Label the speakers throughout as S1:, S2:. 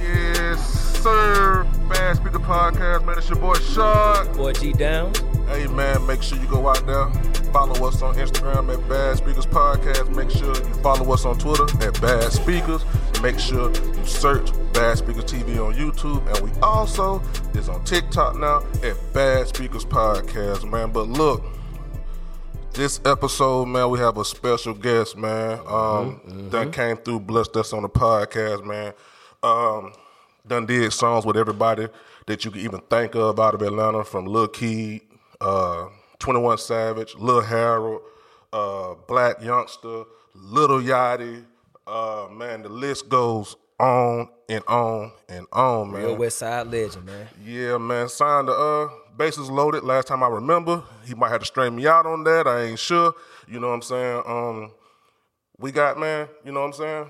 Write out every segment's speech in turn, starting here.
S1: Yes, sir. Fast Speaker Podcast, man. It's your boy Shark.
S2: Boy G Downs.
S1: Hey, man, make sure you go out there. Follow us on Instagram at Bad Speakers Podcast. Make sure you follow us on Twitter at Bad Speakers. Make sure you search Bad Speakers TV on YouTube. And we also is on TikTok now at Bad Speakers Podcast, man. But look, this episode, man, we have a special guest, man. Um, that came through, blessed us on the podcast, man. Um, done did songs with everybody that you could even think of out of Atlanta, from Lil Key, uh, Twenty One Savage, Lil Harold, uh, Black Youngster, Little Yachty. Uh, man, the list goes on and on and on, man.
S2: Real West Side legend, man.
S1: Yeah, man. Signed to uh bases loaded. Last time I remember, he might have to straighten me out on that. I ain't sure. You know what I'm saying? Um, we got man. You know what I'm saying?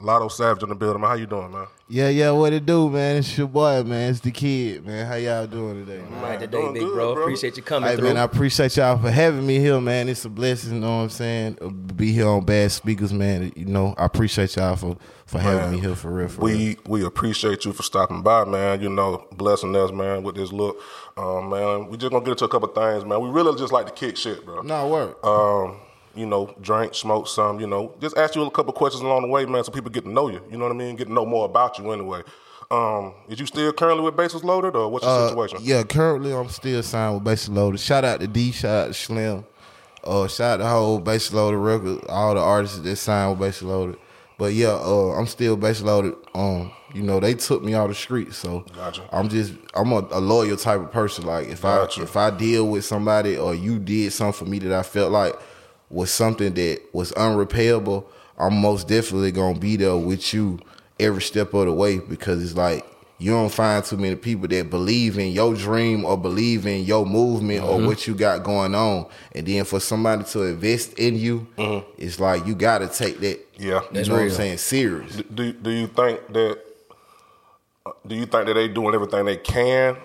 S1: Lotto Savage in the building. man. How you doing, man?
S3: Yeah, yeah, what it do, man? It's your boy, man. It's the kid, man. How y'all doing today,
S2: All
S3: man?
S2: right, today,
S1: doing
S2: big
S1: good,
S2: bro.
S1: brother.
S2: Appreciate you coming
S3: Hey,
S2: through.
S3: man, I appreciate y'all for having me here, man. It's a blessing, you know what I'm saying? To Be here on Bad Speakers, man. You know, I appreciate y'all for, for having me here for real, for real.
S1: We we appreciate you for stopping by, man. You know, blessing us, man, with this look, um, man. We just gonna get into a couple things, man. We really just like to kick shit, bro.
S3: No, work.
S1: um, you know, drink, smoke some, you know, just ask you a couple questions along the way, man, so people get to know you. You know what I mean? Get to know more about you anyway. Um, is you still currently with bases loaded or what's your situation?
S3: Uh, Yeah, currently I'm still signed with Basic Loader. Shout out to D, shout out to Slim. Uh, shout out to the whole Basic Loader record, all the artists that signed with Basic Loader. But yeah, uh, I'm still Basic Loaded. Um, you know, they took me out the street, so
S1: Gotcha.
S3: I'm just I'm a, a loyal type of person. Like if
S1: Gotcha.
S3: I if I deal with somebody or you did something for me that I felt like was something that was unrepayable, I'm most definitely gonna be there with you every step of the way because it's like you don't find too many people that believe in your dream or believe in your movement
S1: Mm-hmm.
S3: or what you got going on. And then for somebody to invest in you, it's like you gotta take that.
S1: Mm-hmm. Yeah.
S3: you
S1: That's
S3: know what I'm saying. Serious.
S1: Do do you think that uh, do you think that they doing everything they can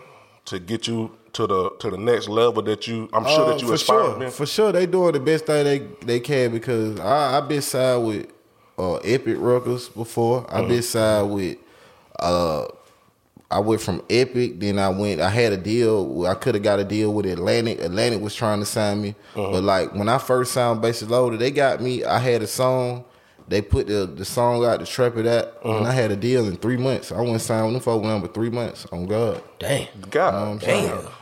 S1: to get you to the to the next level that you I'm sure that
S3: Uh,
S1: you
S3: for
S1: aspire
S3: sure,
S1: to be?
S3: for sure, they doing the best thing they they can because I I've been signed with uh, Epic Records before.
S1: Uh-huh.
S3: I've been signed with uh, I went from Epic, then I went. I had a deal. where I could have got a deal with Atlantic. Atlantic was trying to sign me,
S1: Uh-huh.
S3: but like when I first signed Basic Loaded, they got me. I had a song. They put the, the song out, the trap it out,
S1: Uh-huh.
S3: and I had a deal in three months. I went signed with them for number three months. On God,
S2: Damn.
S1: God,
S3: know what I'm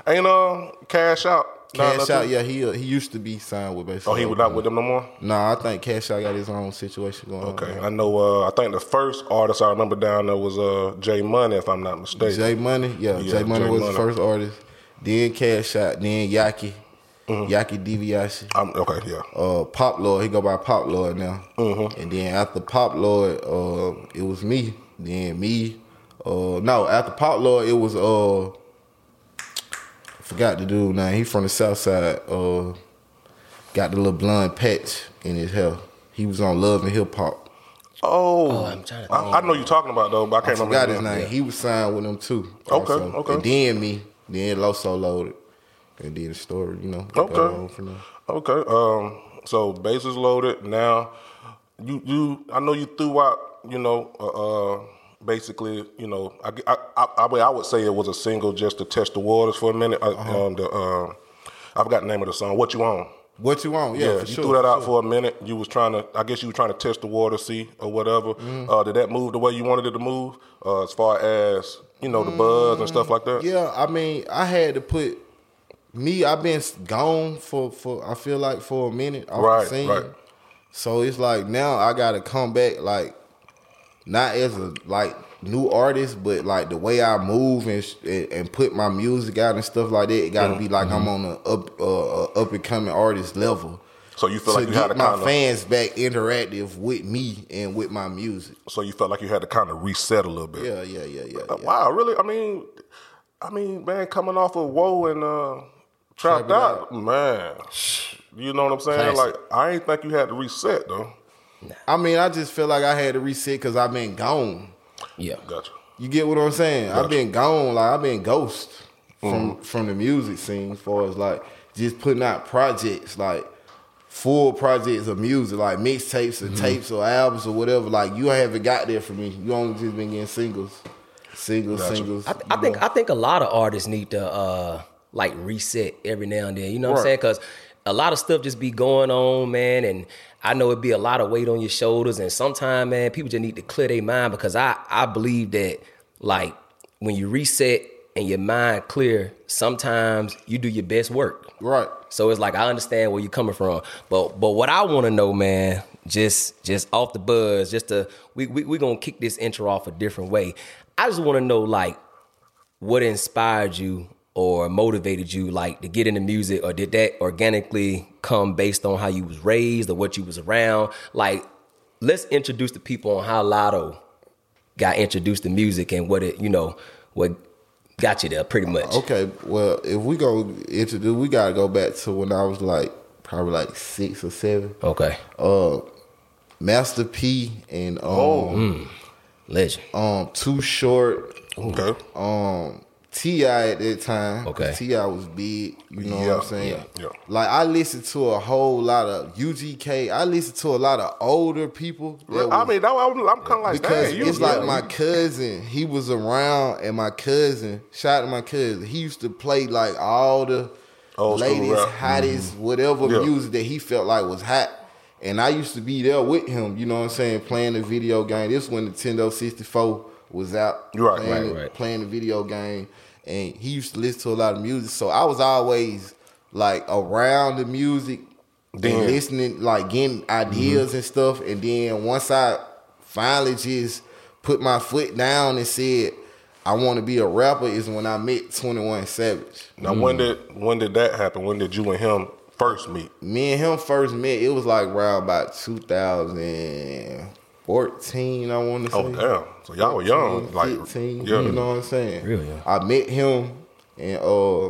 S1: damn. Ain't um cash out
S3: Cash
S1: nothing?
S3: Out, yeah, he uh, he used to be signed with Baseball.
S1: Oh, he was not with them no more.
S3: Nah, I think Cash Out got his own situation going on.
S1: Okay,
S3: man.
S1: I know. Uh, I think the first artist I remember down there was uh, Jay Money, if I'm not mistaken.
S3: Jay Money, yeah,
S1: Yeah,
S3: Jay Money
S1: Jay
S3: was
S1: Money.
S3: the first artist. Then Cash Out, then Yaki,
S1: Mm-hmm.
S3: Yaki DiBiase,
S1: I'm, okay, yeah.
S3: uh, Pop Lord. He go by Pop Lord now.
S1: Mm-hmm.
S3: And then after Pop Lord, uh, it was me. Then me, uh, no, after Pop Lord, it was uh, I forgot the dude now. He from the South Side. Uh, got the little blonde patch in his hair. He was on Love and Hip Hop.
S1: Oh,
S2: I'm trying to
S1: I, I know you're talking about though, but I
S3: I
S1: can't
S3: forgot
S1: remember
S3: his name. He was signed with them too.
S1: Okay,
S3: also.
S1: okay.
S3: And then me, then Loso loaded, and then the story. You know.
S1: Okay.
S3: go on from there.
S1: Okay. Um. So bases loaded. Now, you you. I know you threw out. You know. Uh. uh, Basically, you know, I, I, I, I would- I would say it was a single just to test the waters for a minute. I,
S3: Uh-huh.
S1: um, the, uh, I forgot the name of the song. What you on?
S3: What you want? Yeah,
S1: you
S3: for sure.
S1: threw that
S3: for
S1: out
S3: sure.
S1: for a minute. You was trying to, I guess, you were trying to test the water, see or whatever.
S3: Mm-hmm.
S1: Uh, did that move the way you wanted it to move, uh, as far as you know, the buzz and stuff like that?
S3: Mm-hmm. Yeah, I mean, I had to put me. I've been gone for for I feel like for a minute off
S1: Right,
S3: the scene.
S1: right.
S3: So it's like now I gotta come back like not as a like new artist, but like the way I move and sh- and, and put my music out and stuff like that. It gotta be like I'm on
S1: Mm-hmm.
S3: a up uh, uh, up and coming artist level.
S1: So you feel
S3: to
S1: like you
S3: get
S1: had to
S3: my
S1: kind of,
S3: fans back interactive with me and with my music.
S1: so you felt like you had to kind of reset a little bit.
S3: Yeah, yeah, yeah, yeah.
S1: Uh,
S3: yeah.
S1: Wow, really? I mean, I mean, man, coming off of Woe and uh, Trapped
S3: Trap It
S1: Out, man. You know what I'm saying?
S2: Classic.
S1: Like, I ain't think you had to reset though.
S3: I mean, I just feel like I had to reset because I've been gone.
S2: Yeah.
S1: Gotcha.
S3: You get what I'm saying? I've been gone, like I've been ghost
S1: Mm-hmm.
S3: from from the music scene as far as like just putting out projects, like full projects of music, like mixtapes
S1: Mm-hmm.
S3: or tapes or albums or whatever. Like you haven't got there for me. You only just been getting singles. Singles, singles.
S2: I, th- I
S3: you
S2: think
S3: know.
S2: I think a lot of artists need to uh, like reset every now and then. You know what I'm saying? Because a lot of stuff just be going on, man. And I know it'd be a lot of weight on your shoulders. And sometimes, man, people just need to clear their mind because I I believe that like when you reset and your mind clear, sometimes you do your best work.
S3: Right.
S2: So it's like I understand where you're coming from, but but what I want to know, man, just just off the buzz, just to we we we gonna kick this intro off a different way. I just want to know like what inspired you or motivated you like to get into music, or did that organically come based on how you was raised or what you was around? Like, let's introduce the people on how Lotto got introduced to music and what it you know what got you there, pretty much.
S3: Okay, well, if we go introduce, we gotta go back to when I was like probably like six or seven.
S2: Okay,
S3: Uh, Master P and um,
S2: legend.
S1: Oh.
S3: um, Too Short,
S1: Okay.
S3: um, Ti at that time.
S2: Okay.
S3: Ti was big. You know
S1: Yeah,
S3: what I'm saying?
S1: yeah, yeah.
S3: Like I listened to a whole lot of UGK. I listened to a lot of older people. that
S1: I
S3: was-
S1: mean, that, I'm, I'm kind of like,
S3: because
S1: dang, you,
S3: it's like
S1: yeah,
S3: my cousin. He was around, and my cousin, shout out to my cousin. He used to play like all the
S1: Old school
S3: latest,
S1: rap. Mm-hmm.
S3: hottest, whatever
S1: Yeah.
S3: music that he felt like was hot. And I used to be there with him. You know what I'm saying? Playing the video game. This when Nintendo 64 was out.
S1: Right,
S3: playing,
S1: right,
S3: the-
S2: right.
S3: Playing the video game, and he used to listen to a lot of music. So I was always like around the music
S1: Damn.
S3: then listening, like getting ideas
S1: Mm-hmm.
S3: and stuff. And then once I finally just put my foot down and said, I want to be a rapper, is when I met 21 Savage.
S1: Now, when did when did that happen? When did you and him first meet?
S3: Me and him first met, it was like around about 2014, I want to say.
S1: Oh, damn! So y'all were young, like
S3: 15,
S1: yeah.
S3: you know what I'm saying?
S2: Real young.
S3: I met him, and uh,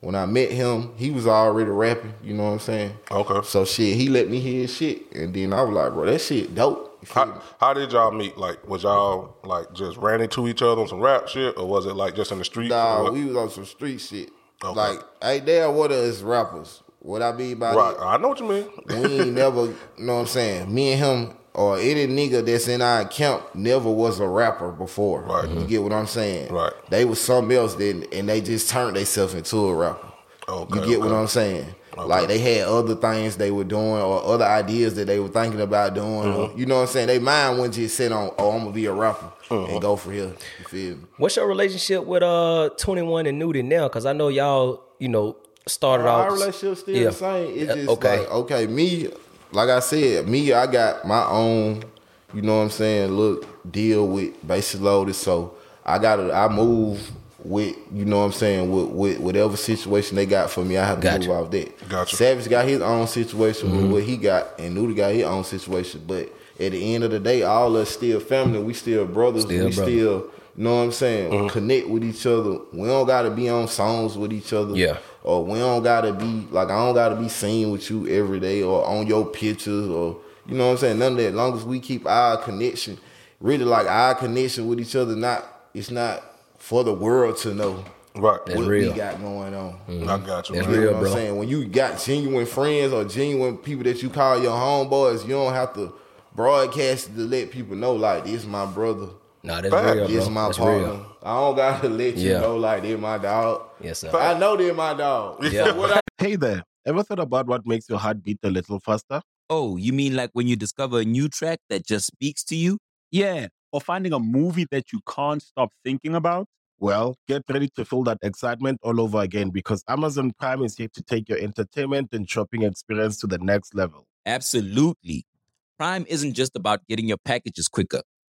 S3: when I met him, he was already rapping, you know what I'm saying?
S1: Okay.
S3: So shit, he let me hear his shit, and then I was like, bro, that shit dope. You feel me?
S1: How, how did y'all meet? Like, was y'all like just ran into each other on some rap shit, or was it like just in the street? or
S3: Nah,
S1: what?
S3: we was on some street shit.
S1: Okay.
S3: Like, ain't there what is rappers? What I mean by
S1: right.
S3: that,
S1: I know what you mean.
S3: we ain't never, you know what I'm saying? Me and him or any nigga that's in our camp never was a rapper before.
S1: Right.
S3: You get what I'm saying?
S1: Right.
S3: They was something else then and they just turned themselves into a rapper.
S1: Okay,
S3: you get what
S1: okay.
S3: I'm saying? Like they had other things they were doing or other ideas that they were thinking about doing. or-
S1: Mm-hmm.
S3: you know what I'm saying? They mind wasn't just sitting on, oh, I'm gonna be a rapper
S1: Mm-hmm.
S3: and go for here. You feel me?
S2: What's your relationship with uh 21 and Nudie now? Cause I know y'all, you know, started off.
S3: Our relationship still
S2: Yeah.
S3: the same. It's
S2: Yeah,
S3: just
S2: okay.
S3: like okay, me, like I said, me, I got my own, you know what I'm saying, look, deal with basis loaded. So I gotta I move with you know what I'm saying, with, with whatever situation they got for me, I have to
S2: Gotcha. Mm-hmm.
S3: move off that.
S1: Gotcha.
S3: Savage got his own situation with what he got and Nuda got his own situation. But at the end of the day, all us still family, we still brothers,
S2: Still
S3: we
S2: brothers.
S3: still you know what I'm saying? Connect with each other. We don't gotta be on songs with each other.
S2: Yeah.
S3: Or we don't gotta be like I don't gotta be seen with you every day or on your pictures or you know what I'm saying. None of that. As long as we keep our connection, really like our connection with each other. Not it's not for the world to know
S1: Right.
S2: That's
S3: what
S2: real.
S3: we got going on.
S1: I got you.
S2: That's
S3: You know
S1: man.
S2: real.
S3: what
S2: bro.
S3: I'm saying? When you got genuine friends or genuine people that you call your homeboys, you don't have to broadcast it to let people know like this my brother.
S2: Nah, that's
S1: Fact.
S2: real, bro.
S3: This my
S2: that's
S3: partner.
S2: real.
S3: I don't gotta let you
S2: Yeah.
S3: know like they're my dog.
S2: Yes, sir.
S3: I know they're my dog.
S2: Yeah.
S3: So what I
S4: Hey there. Ever thought about what makes your heart beat a little faster?
S5: Oh, you mean like when you discover a new track that just speaks to you?
S6: Yeah. Or finding a movie that you can't stop thinking about.
S4: Well, get ready to feel that excitement all over again because Amazon Prime is here to take your entertainment and shopping experience to the next level.
S5: Absolutely. Prime isn't just about getting your packages quicker.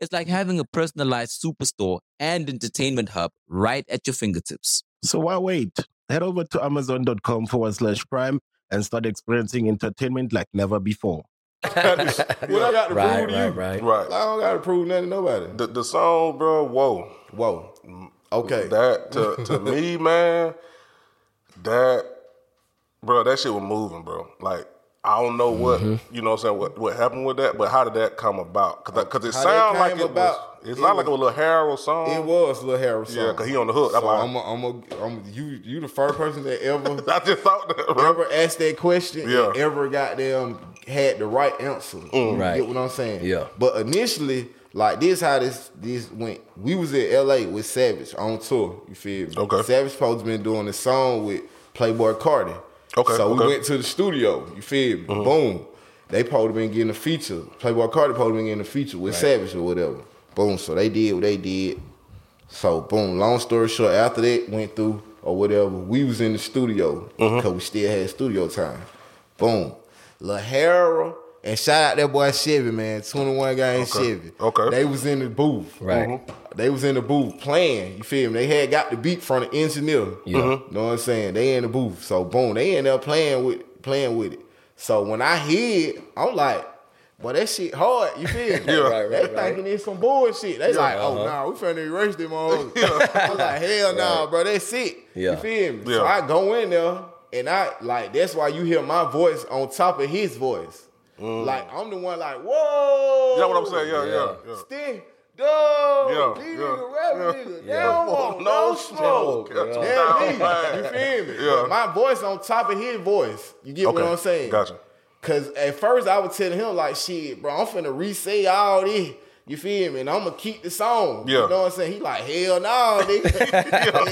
S5: It's like having a personalized superstore and entertainment hub right at your fingertips.
S4: So why wait? Head over to amazon.com forward slash prime and start experiencing entertainment like never before.
S3: what I got to
S2: Right,
S3: prove to you?
S2: right, right.
S3: I
S1: Right.
S3: don't gotta prove nothing to nobody.
S1: The, the song, bro, whoa.
S3: Whoa. Okay.
S1: That to, to me, man, that bro, that shit was moving, bro. Like I don't know what
S3: Mm-hmm.
S1: you know what I'm saying, what, what happened with that, but how did that come about? Cause, that- cause it
S3: How that
S1: sounds like
S3: came
S1: it
S3: about,
S1: was it's
S3: it
S1: not like a
S3: was-
S1: little Harold song.
S3: It was Lil Harrison.
S1: Yeah, 'cause he on the hook. That's
S3: So
S1: why.
S3: I'm a, I'm a, I'm you you the first person that ever
S1: I just thought that, bro.
S3: ever asked that question
S1: Yeah. Mm.
S3: and ever got them had the right answer. You
S2: Right.
S3: get what I'm saying?
S2: Yeah.
S3: But initially, like this how this this went. We was in LA with Savage on tour, you feel me?
S1: Okay.
S3: Savage supposed been doing a song with Playboy Cardi.
S1: Okay,
S3: So
S1: okay. Mm-hmm.
S3: we went to the studio, you feel me? Boom. They probably been getting a feature. Playboy Cardi probably been getting a feature with Savage or whatever. Boom. So they did what they did. So boom, long story short, after that went through or whatever, we was in the studio
S1: Mm-hmm.
S3: because we still had studio time. Boom, LaHara and shout out that boy Chevy man, twenty one gang Chevy.
S1: Okay. Mm-hmm.
S3: they was in the booth.
S2: Right.
S3: they was in the booth playing. You feel me? They had got the beat from the engineer.
S2: Yeah.
S1: Mm-hmm.
S2: Mhm.
S3: know what I'm saying? They in the booth, so boom, they in there playing with playing with it. So when I hear, it, I'm like. But that shit hard, you feel me?
S1: Yeah.
S2: Right,
S3: they
S2: right, right.
S3: thinking it's some bullshit. They like,
S1: Uh-huh.
S3: oh nah, we finna erase them all. I was like, hell nah, bro, that's it.
S2: Yeah.
S3: You feel me? So
S1: Yeah.
S3: I go in there and I like that's why you hear my voice on top of his voice. Like I'm the one like, whoa.
S1: Mm. You know what I'm saying? Yeah, yeah. yeah.
S3: Sting, dog,
S1: Yeah,
S3: these
S1: yeah,
S3: niggas rap
S1: yeah.
S3: niggas. They
S2: Yeah.
S3: don't want no smoke.
S1: Cut you
S3: Yeah,
S1: down,
S3: me.
S1: man.
S3: You feel me?
S1: Yeah.
S3: But My voice on top of his voice. You get what
S1: Okay.
S3: I'm saying?
S1: Gotcha.
S3: Cause at first I would tell him like, shit, bro, I'm finna re-say all this. You feel me? And I'm gonna keep the song.
S1: Yeah.
S3: You know what I'm saying? He like, hell no, nigga. Hell no,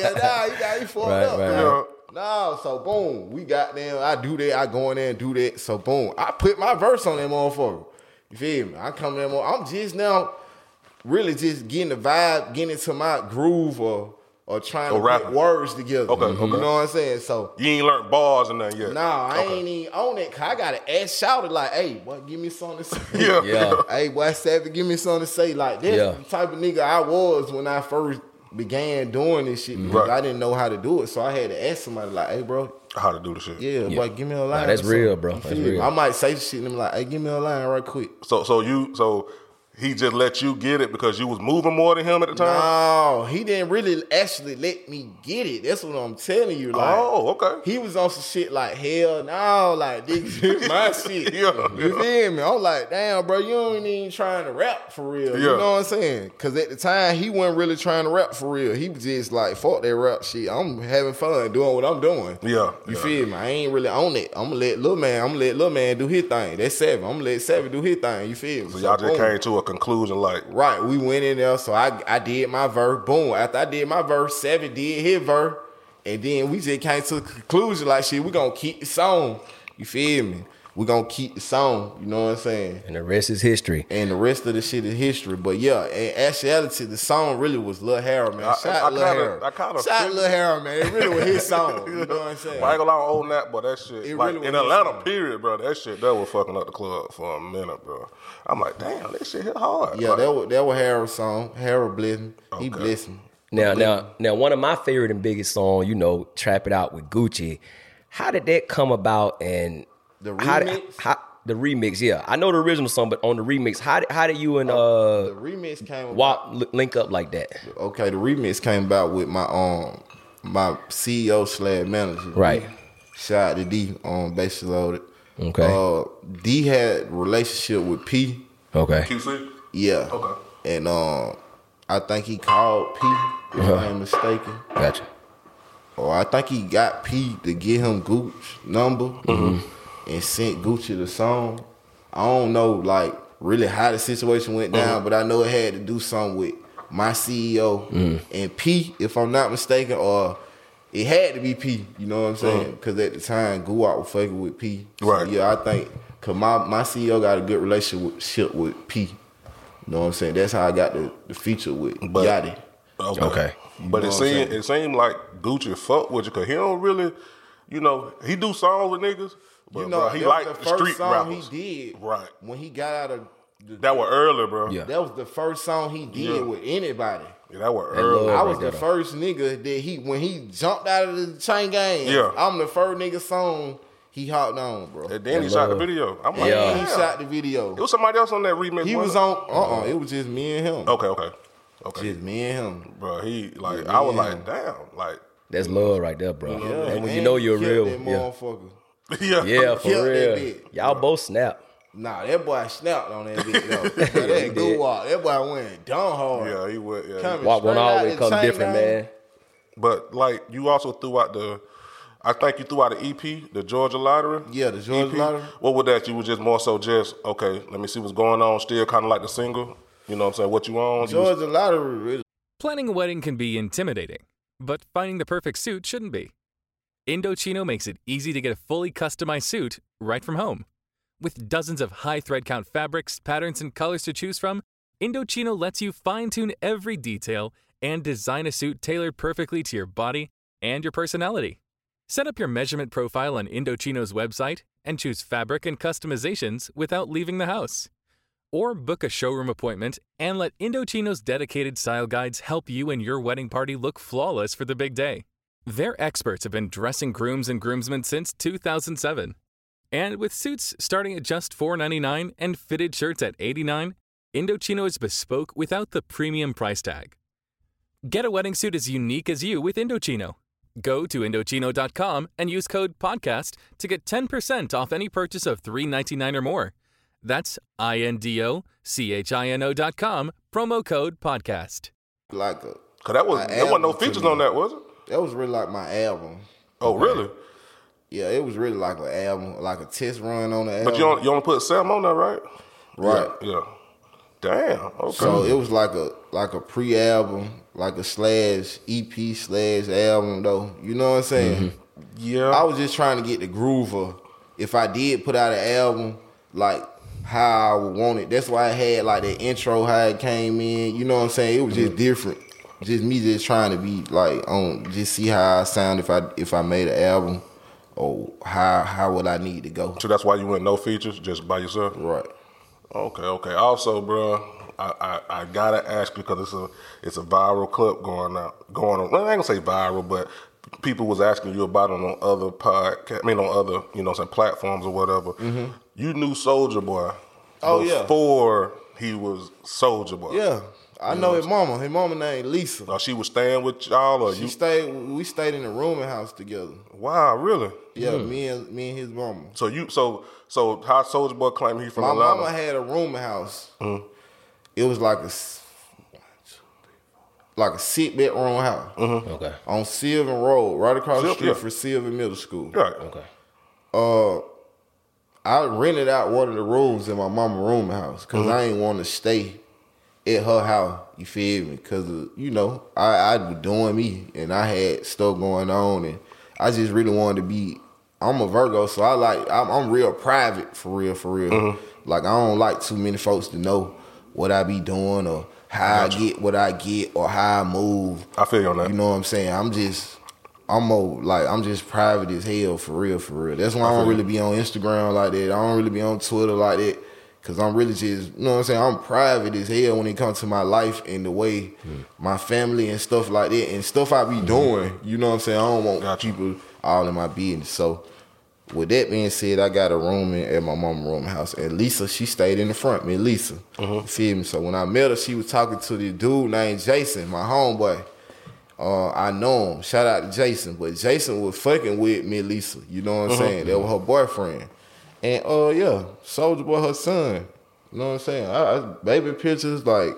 S3: you got you fucked
S2: Right,
S3: up.
S2: right,
S3: man.
S1: right.
S3: No, so boom, we got them. I do that. I go in there and do that. So boom, I put my verse on that motherfucker. You feel me? I come in. there, I'm just now really just getting the vibe, getting into my groove, or or trying
S1: Or
S3: to
S1: rapping.
S3: put words together.
S1: Okay,
S3: you know what I'm saying? So
S1: You ain't learned bars and nothing yet.
S3: no, I
S1: Okay.
S3: ain't even on it. Cause I gotta ask, shout it like, hey, boy, give me something to say.
S1: Yeah.
S2: Yeah.
S3: Hey, boy, Savage, give me something to say. Like this
S2: Yeah.
S3: the type of nigga I was when I first began doing this shit because
S1: Right.
S3: I didn't know how to do it. So I had to ask somebody like, hey, bro,
S1: How to do the shit.
S3: yeah,
S2: Yeah.
S3: boy, give me a line.
S2: Nah, that's
S3: or something.
S2: real, bro.
S3: You
S2: That's
S3: feel me?
S2: real.
S3: I might say shit and I'm like, hey, give me a line right quick.
S1: So so you so he just let you get it because you was moving more than him at the time.
S3: No, he didn't really actually let me get it. That's what I'm telling you. Like,
S1: oh, okay.
S3: he was on some shit like hell no, like this is my shit.
S1: Yeah,
S3: you
S1: yeah.
S3: feel me? I'm like, damn, bro, you ain't even trying to rap for real. You
S1: Yeah.
S3: know what I'm saying? Cause at the time he wasn't really trying to rap for real. He was just like, fuck that rap shit. I'm having fun doing what I'm doing.
S1: yeah,
S3: You
S1: yeah.
S3: feel me? I ain't really on it. I'ma let little man, I'ma let little man do his thing. That's seven. I'ma let seven do his thing. You feel me?
S1: So y'all just
S3: boom.
S1: came to a conclusion, like,
S3: Right, we went in there, so I I did my verse. Boom. After I did my verse, seven did his verse, and then we just came to the conclusion like shit, we gonna keep the song. You feel me? We gonna keep the song. You know what I'm saying?
S2: And the rest is history.
S3: And the rest of the shit is history. But yeah, in actuality, the song really was Lil Harold, man.
S1: I-
S3: Shout
S1: I- I
S3: Lil
S1: kinda-
S3: Harold.
S1: I kinda
S3: Shout
S1: feel-
S3: Lil Harold, man. It really was his song. You know what I'm saying?
S1: I ain't gonna lie, on that, but that shit,
S3: It
S1: like
S3: really
S1: in
S3: was
S1: Atlanta,
S3: something.
S1: period, bro, that shit, that was fucking up the club for a minute, bro. I'm like, damn, this shit hit hard.
S3: Yeah,
S1: Like,
S3: that was that was Harold's song. Harold bless him. He
S1: Okay.
S3: bless him.
S2: Now, now, now, one of my favorite and biggest song, you know, "Trap It Out" with Gucci. How did that come about? And
S3: The
S2: how did-
S3: remix?
S2: how, the remix, yeah, I know the original song, but on the remix, how did, how did you and uh
S3: The remix came about-
S2: WAP li- link up like that?
S3: okay, the remix came about with my um my CEO slash manager.
S2: Right.
S3: Shout out to D on Basis Loaded.
S2: Okay.
S3: Uh, D had relationship with P.
S2: Okay,
S1: QC?
S3: Yeah.
S1: Okay.
S3: And um, I think he called P. If
S2: Uh-huh.
S3: I ain't mistaken.
S2: gotcha.
S3: Or Oh, I think he got P to get him Gucci number
S1: Mm-hmm.
S3: and sent Gucci the song. I don't know like really how the situation went down,
S1: Oh.
S3: but I know it had to do something with my CEO
S1: Mm-hmm.
S3: and P, if I'm not mistaken, or it had to be P, you know what I'm saying? Because at the time, Guwap was fucking with P. So,
S1: Mm-hmm. Right.
S3: yeah, I think, because my, my CEO got a good relationship with P. You know what I'm saying? That's how I got the, the feature with
S1: But-
S3: Yachty.
S1: Okay.
S2: Okay.
S1: But
S3: You know
S1: it
S3: what I'm
S1: seemed
S3: saying?
S1: it seemed like Gucci fuck with you because he don't really, you know, he do songs with niggas, but
S3: You know,
S1: bro,
S3: that
S1: he
S3: was
S1: like
S3: the
S1: the,
S3: first
S1: street
S3: song
S1: rappers.
S3: he did.
S1: Right.
S3: When he got out of the,
S1: That were early, bro.
S2: Yeah.
S3: That was the first song he did
S1: Yeah.
S3: with anybody.
S1: Yeah, that were
S2: That
S1: early.
S2: love-
S3: I
S2: break
S3: was the
S2: that up.
S3: first nigga that he when he jumped out of the chain gang.
S1: Yeah.
S3: I'm the first nigga song he hopped on, bro.
S1: And then he shot the
S2: love-
S1: video. I'm like,
S3: yeah.
S1: yeah.
S3: he shot the video.
S1: It was somebody else on that remix.
S3: he was
S1: wasn't
S3: on.
S1: it?
S3: Uh uh It was just me and him.
S1: Okay, okay, Oh, okay.
S3: Just me and him.
S1: Bro, he like I was
S3: Yeah.
S1: like, damn, like,
S2: That's love right there, bro.
S3: Yeah,
S2: and when you
S3: and
S2: know
S3: he
S2: you're
S3: killed
S2: real,
S3: That
S2: yeah,
S3: motherfucker.
S1: yeah,
S2: yeah, for
S3: Killed that
S2: real.
S3: bitch.
S2: Y'all both snap.
S3: Nah, that boy snapped on that bitch though.
S2: he
S3: that
S2: did.
S3: good walk. That boy went dumb hard.
S1: yeah, he went, yeah. he-
S3: Coming
S2: WAP
S3: straight
S2: won't
S3: out
S2: always
S3: the
S2: come
S3: chain
S2: different,
S3: gang.
S2: man.
S1: But like, you also threw out the, I think you threw out the EP, the Georgia Lottery.
S3: Yeah, the Georgia
S1: EP.
S3: Lottery.
S1: What was that? You were just more so just okay. Let me see what's going on. Still kind of like the single. You know what I'm saying? What you on? You was-
S3: Georgia Lottery really
S7: Planning a wedding can be intimidating, but finding the perfect suit shouldn't be. Indochino makes it easy to get a fully customized suit right from home. With dozens of high thread count fabrics, patterns, and colors to choose from, Indochino lets you fine tune every detail and design a suit tailored perfectly to your body and your personality. Set up your measurement profile on Indochino's website and choose fabric and customizations without leaving the house or book a showroom appointment and let Indochino's dedicated style guides help you and your wedding party look flawless for the big day. Their experts have been dressing grooms and groomsmen since 2007. And with suits starting at just $4.99 and fitted shirts at $89, Indochino is bespoke without the premium price tag. Get a wedding suit as unique as you with Indochino. Go to Indochino.com and use code PODCAST to get 10% off any purchase of $3.99 or more. That's I N D O C H I N O dot com, promo code podcast.
S3: like a
S1: Cause that was
S3: an
S1: there wasn't no
S3: album to
S1: features
S3: me.
S1: on that, was it?
S3: That was really like my album.
S1: Oh really?
S3: Yeah, it was really like an album, like a test run on the album.
S1: But you only, you only put Sam on that, right?
S3: right.
S1: Yeah. yeah. Damn. Okay.
S3: So it was like a like a pre album, like a slash EP slash album though. You know what I'm saying?
S1: yeah.
S3: I was just trying to get the groove of if I did put out an album, like how I would want it. That's why I had like that intro, how it came in. You know what I'm saying? It was just different. Just me just trying to be like on just see how I sound if I if I made an album or how how would I need to go.
S1: so that's why you went no features, just by yourself.
S3: Right.
S1: Okay, okay. Also, bro, I, I, I gotta ask because it's a it's a viral clip going out going on. Well, I ain't gonna say viral, but people was asking you about it on other podcast. I mean, on other you know, some platforms or whatever. You knew Soldier Boy.
S3: Mm-hmm. Oh, yeah.
S1: before He was Soldier Boy.
S3: Yeah, I know his mama. His mama named Lisa.
S1: Now she was staying with y'all, or
S3: She
S1: you?
S3: stayed. We stayed in the rooming house together.
S1: wow, really?
S3: Yeah, me and me and his mama.
S1: So you so so how Soldier Boy claim he from
S3: My
S1: Atlanta?
S3: mama had a rooming house. It was like a s- like a six bedroom house
S2: Okay.
S3: on Sylvan Road, right across the
S1: Sil-
S3: street
S1: yeah.
S3: from Sylvan Middle School.
S1: right.
S2: Okay.
S3: I rented out one of the rooms in my mama room house because I ain't want to stay at her house. You feel me? Because you know I I was doing me and I had stuff going on and I just really wanted to be. I'm a Virgo, so I like I'm, I'm real private for real for real. Like I don't like too many folks to know what I be doing or how I get what I get or how I move.
S1: I feel you on that.
S3: You know what I'm saying? I'm just, I'm more, like, I'm just private as hell for real, for real. That's why I don't really be on Instagram like that. I don't really be on Twitter like that. Cause I'm really just, you know what I'm saying? I'm private as hell when it comes to my life and the way
S1: Hmm.
S3: my family and stuff like that and stuff I be doing. You know what I'm saying? I don't want
S1: Gotcha.
S3: people all in my business. So, with that being said, I got a room in, at my mama room house. And Lisa, she stayed in the front, me, and Lisa.
S1: Uh-huh.
S3: You feel me? So when I met her, she was talking to this dude named Jason, my homeboy. Uh, I know him. Shout out to Jason. But Jason was fucking with me, and Lisa. You know
S1: Uh-huh.
S3: what I'm saying? That was her boyfriend. And oh uh, yeah, Soldier Boy, her son. You know what I'm saying? I, I, baby pictures, like,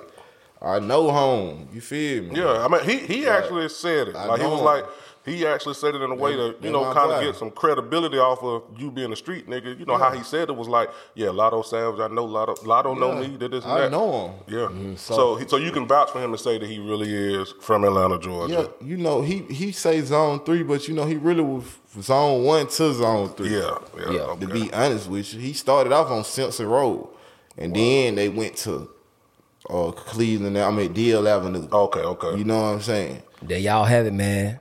S3: I know home. You feel me?
S1: Yeah, I mean, he he actually said it.
S3: I
S1: Like he was
S3: know.
S1: like he actually said it in a way to you
S3: they
S1: know
S3: my
S1: kind of
S3: brother.
S1: get some credibility off of you being a street nigga. You know how he said it was like, yeah, Lotto Savage, I know Lotto, Lotto know
S3: Yeah.
S1: me. That this, and
S3: I
S1: that.
S3: know him. Mm-hmm. Mm,
S1: Yeah, so so, he, so you can vouch for him and say that he really is from Atlanta,
S3: Yeah,
S1: Georgia.
S3: you know, he he say zone three, but you know, he really was zone one to zone
S1: Yeah,
S3: three.
S1: yeah.
S2: Yeah,
S1: okay.
S3: To be honest with you, he started off on Simpson Road, and then they went to uh, Cleveland. I mean, Deal Avenue.
S1: okay, Oh, okay.
S3: You know what I'm saying?
S2: There y'all have it, man.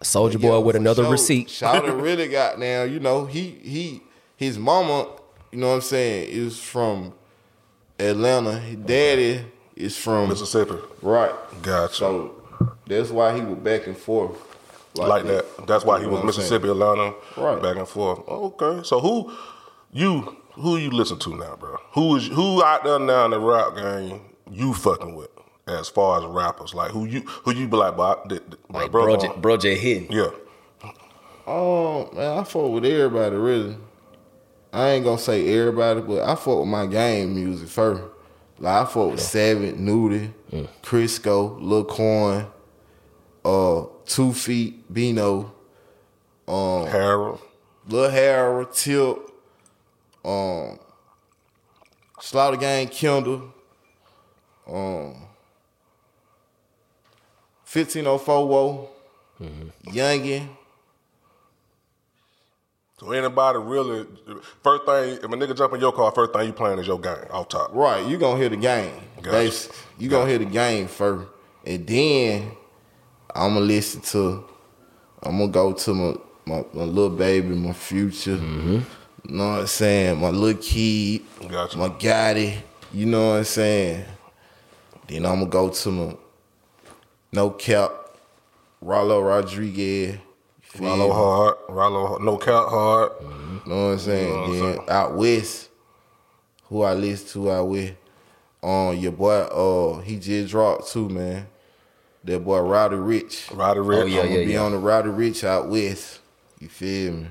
S2: Soldier boy with
S3: for
S2: another
S3: sure.
S2: receipt.
S3: Shouter really got now. You know, he he his mama. You know what I'm saying? Is from Atlanta. His daddy is from
S1: Mississippi,
S3: right.
S1: Gotcha.
S3: So that's why he was back and forth
S1: like, that. That's why he
S3: You
S1: was
S3: know what I'm saying?
S1: Mississippi, Atlanta,
S3: Right.
S1: back and forth. Okay, so who you who you listen to now, bro? Who is who out there now in the rap game you fucking with as far as rappers? Like who you who you be like, bro, I- th- th-
S2: Like,
S1: bro,
S2: bro,
S1: bro,
S2: J, bro J hitting.
S1: yeah,
S3: Oh man, I fuck with everybody really. I ain't gonna say everybody, but I fuck with my game music first. Like I fuck with Savage, Nudie, Crisco, Lil Coin, uh, Two Feet, Bino,
S1: Harold.
S3: Lil Harold, Tip, um, Slaughter Gang, Kendall, um, fifteen oh four Wo, Youngin.
S1: So anybody really first thing if a nigga jump in your car, first thing you playing is your game off top.
S3: Right, you gonna hear the game.
S1: Gotcha.
S3: Bas- You gonna hear the game first, and then I'm gonna listen to. I'm gonna go to my my, my little baby, my future. You know what I'm saying? My little kid,
S1: Mm-hmm. Gotcha.
S3: my Gotti. You know what I'm saying? Then I'm gonna go to my no cap, Rollo Rodriguez. You feel
S1: Rollo
S3: me?
S1: hard, Rollo no count hard.
S3: You know what I'm saying?
S1: what I'm
S3: then
S1: saying?
S3: out west, who I listen to out west, um, your boy, uh, he just dropped too, man. That boy Rowdy Rich.
S1: Ryder Rich.
S2: Oh, yeah,
S3: I'ma
S2: yeah.
S3: be on the Rowdy Rich out west. You feel me?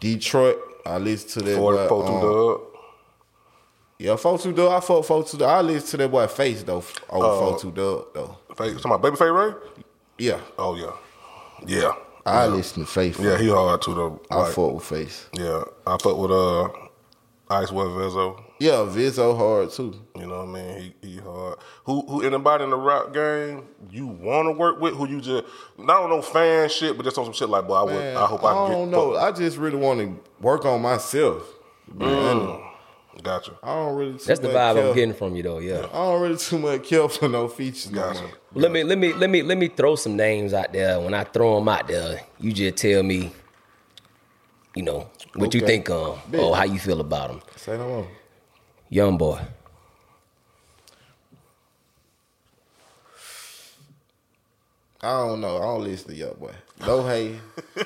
S3: Detroit, I listen to that
S1: Ford,
S3: boy.
S1: Fort
S3: um,
S1: Dub.
S3: Yeah, four two dub. I fuck four two dub. I listen to that boy Face though. Over
S1: Oh.
S3: four two dub though.
S1: Faye- Somebody, baby Faye Ray?
S3: Yeah,
S1: Oh yeah. Yeah.
S3: I listen to Face.
S1: Yeah, he hard too though.
S3: I
S1: Like-
S3: fuck with Face.
S1: Yeah, I fuck with uh Ice One Vezo.
S3: Yeah, Vizzo hard too.
S1: You know what I mean? He, he hard. Who who anybody in the rap game you want to work with? Who you just not on no fan shit, but just on some shit like, boy, I would.
S3: Man,
S1: I hope I, can
S3: don't
S1: get.
S3: know. I just really want to work on myself.
S1: Mm. fuck- Gotcha.
S3: I don't really. Too
S2: That's the
S3: much
S2: vibe
S3: care.
S2: I'm getting from you, though. Yeah.
S3: I don't really too much care for no features. no
S1: Gotcha.
S3: more.
S2: Let me let me let me let me throw some names out there. When I throw them out there, you just tell me, you know, what you
S3: Okay.
S2: think of 'em, or how you feel about them.
S3: Say no more.
S2: Young boy,
S3: I don't know. I don't listen to Young Boy. No hey.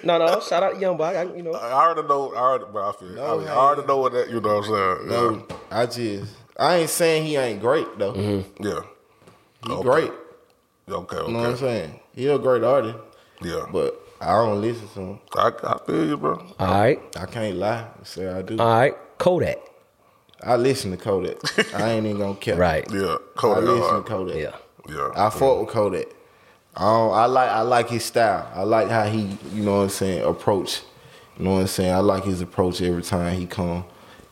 S2: no, no, shout out Young boy. I, you know,
S1: I already know. I already, bro, I feel. I, mean, I
S3: man.
S1: already know what that. You know what I'm saying?
S3: No, I just I ain't saying he ain't great though.
S2: Mm-hmm.
S1: Yeah.
S3: He
S1: Okay.
S3: great.
S1: Okay. Okay.
S3: You know what I'm saying? He a great artist,
S1: Yeah.
S3: but I don't listen to him.
S1: I, I feel you, bro.
S2: All right,
S3: I can't lie. and Say I do.
S2: all right. Kodak,
S3: I listen to Kodak. I ain't even gonna care.
S2: right?
S1: Yeah.
S3: I
S1: Kodak. uh,
S3: listen to
S1: alright.
S3: Kodak.
S2: Yeah.
S1: Yeah.
S3: I fought with Kodak. I, don't, I like I like his style. I like how he, you know what I'm saying, approach. You know what I'm saying? I like his approach every time he come.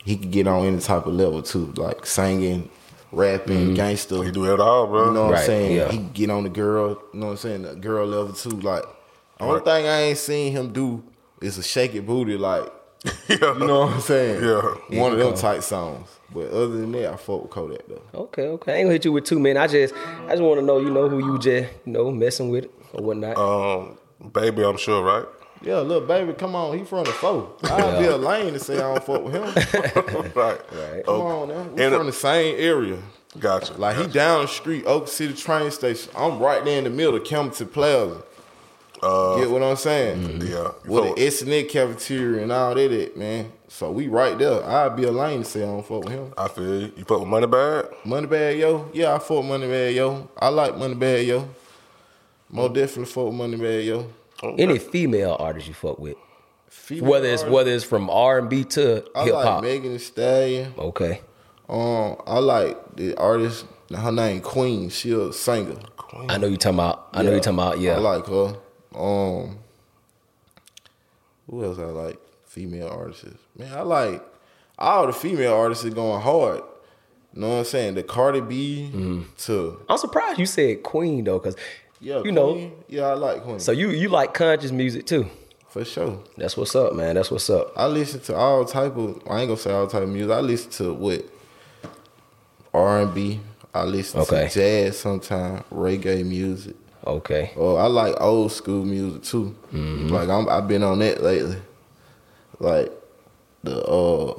S3: He could get on any type of level too, like singing, rapping, gangster.
S1: Mm-hmm. He do it all, bro.
S3: You know what
S2: Right,
S3: I'm saying?
S2: yeah.
S3: He get on the girl, you know what I'm saying? The girl level too. Like, only thing I ain't seen him do is a shake it booty, like,
S1: yeah.
S3: you know what I'm saying?
S1: Yeah.
S3: One of them type songs. But other than that, I fuck with Kodak though.
S2: Okay, okay. I ain't gonna hit you with two, man. I just, I just want to know, you know, who you just, you know, messing with or whatnot.
S3: Oh,
S1: Um, baby, I'm sure, right?
S3: Yeah, look, baby, come on. He from the four. I'd be a lane to say I don't fuck with him.
S1: right. Right.
S3: Come on now. We
S1: And- uh,
S3: from the same area.
S1: Gotcha.
S3: Like, he down the street, Oak City train station. I'm right there in the middle of Kempton Plaza. Get what I'm saying?
S1: Uh,
S2: Mm-hmm.
S1: Yeah. You
S3: With
S1: feel-
S3: the SNL cafeteria and all that, it, man. So we right there. I'd be a lane to say I don't fuck with him.
S1: I feel you. You fuck with money bag?
S3: Moneybag, yo. Yeah, I fuck Moneybag, yo. I like Moneybag, yo. More definitely fuck with Moneybag, yo.
S2: Any female artist you fuck with,
S3: Female
S2: whether it's
S3: artist,
S2: whether it's from R and B to hip
S3: I like
S2: hop.
S3: Megan Thee Stallion.
S2: okay,
S3: Um, I like the artist. Her name Queen. She a singer.
S2: I know you talking about. I know you talking about. Yeah,
S3: I like her. Um, who else I like? Female artists. Man, I like all the female artists are going hard. You know what I'm saying? The Cardi B
S2: Mm-hmm.
S3: to
S2: I'm surprised you said Queen though, because
S3: yeah,
S2: you
S3: Queen.
S2: know.
S3: yeah, I like Queen
S2: So you you like conscious music too.
S3: for sure.
S2: That's what's up, man. That's what's up.
S3: I listen to all type of. I ain't gonna say all type of music. I listen to what R and B. I listen
S2: Okay.
S3: to jazz sometimes, reggae music.
S2: Okay.
S3: Oh, I like old school music too.
S1: Mm-hmm.
S3: Like I'm, I've been on that lately. Like the uh,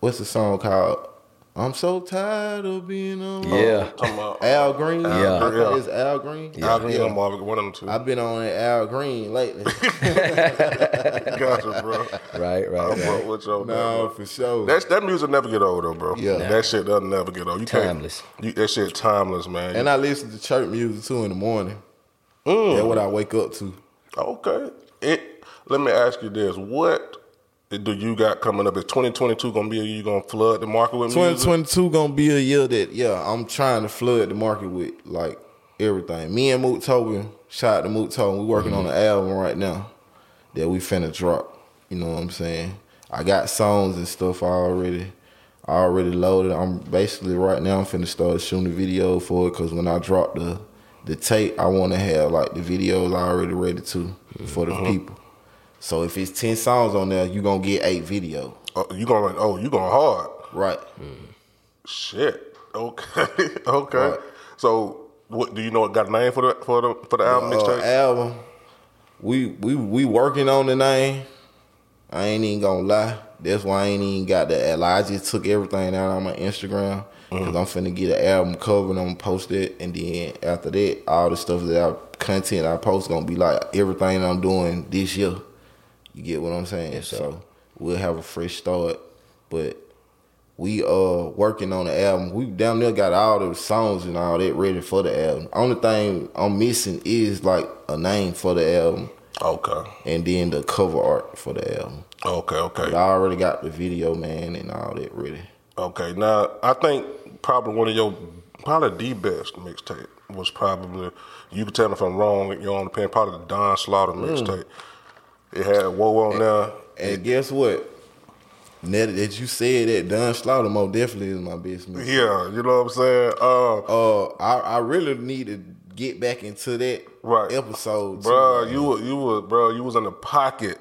S3: what's the song called? I'm so tired of being on.
S2: Yeah.
S1: Talking about
S3: Al Green.
S2: Yeah.
S3: I think
S1: Yeah.
S3: it's Al Green.
S1: Al Green or Marvin, one of them 2
S3: I've been on that Al Green lately.
S1: gotcha, bro.
S2: Right. Right.
S1: I'm
S2: right.
S1: fuck with y'all,
S3: no,
S1: no.
S3: Uh, for sure.
S1: That's, that music never get old though, bro.
S3: Yeah.
S1: that shit doesn't never get old. You
S2: Timeless.
S1: Can't, you, that shit timeless, man.
S3: and I listen to church music too in the morning.
S1: Mm.
S3: That's what I wake up to.
S1: Okay. It. Let me ask you this: What do you got coming up? Is 2022 gonna be a year you gonna flood the market with music?
S3: 2022 gonna be a year that yeah I'm trying to flood the market with like everything. Me and Moot Tobin, shout out to Moot Tobin. We working on an album right now that we finna drop. You know what I'm saying? I got songs and stuff already, already loaded. I'm basically right now I'm finna start shooting the video for it because when I drop the the tape, I want to have like the videos already ready too for the people. So if it's ten songs on there, you gonna get eight video,
S1: Oh, you going? Oh, you going hard?
S3: right?
S1: Shit. Okay. okay.
S3: Right.
S1: So, what do you know? Got a name for the for the for the album
S3: uh,
S1: mixtape?
S3: album. We we we working on the name. I ain't even gonna lie. That's why I ain't even got that. Like, I just took everything out on my Instagram because I'm finna get an album cover and I'm gonna post it. And then after that, all the stuff that I content I post gonna be like everything I'm doing this year. You get what I'm saying? so we'll have a fresh start. But we uh working on the album. We damn near got all the songs and all that ready for the album. Only thing I'm missing is like a name for the album
S1: okay.
S3: and then the cover art for the album.
S1: Okay. Okay.
S3: But I already got the video man and all that ready.
S1: Okay, now I think probably one of your probably the best mixtape was probably you can tell me if I'm wrong, your own opinion, probably the Don Slaughter
S3: Hmm.
S1: mixtape. It had
S3: Eh.
S1: Woe on there.
S3: And guess what? Now that you said that, Don Slaughter most definitely is my best man.
S1: Yeah, you know what I'm saying? Uh,
S3: Uh, I I really need to get back into that
S1: Right.
S3: episode, too,
S1: bro,
S3: man.
S1: you were you were bro, you was in the pocket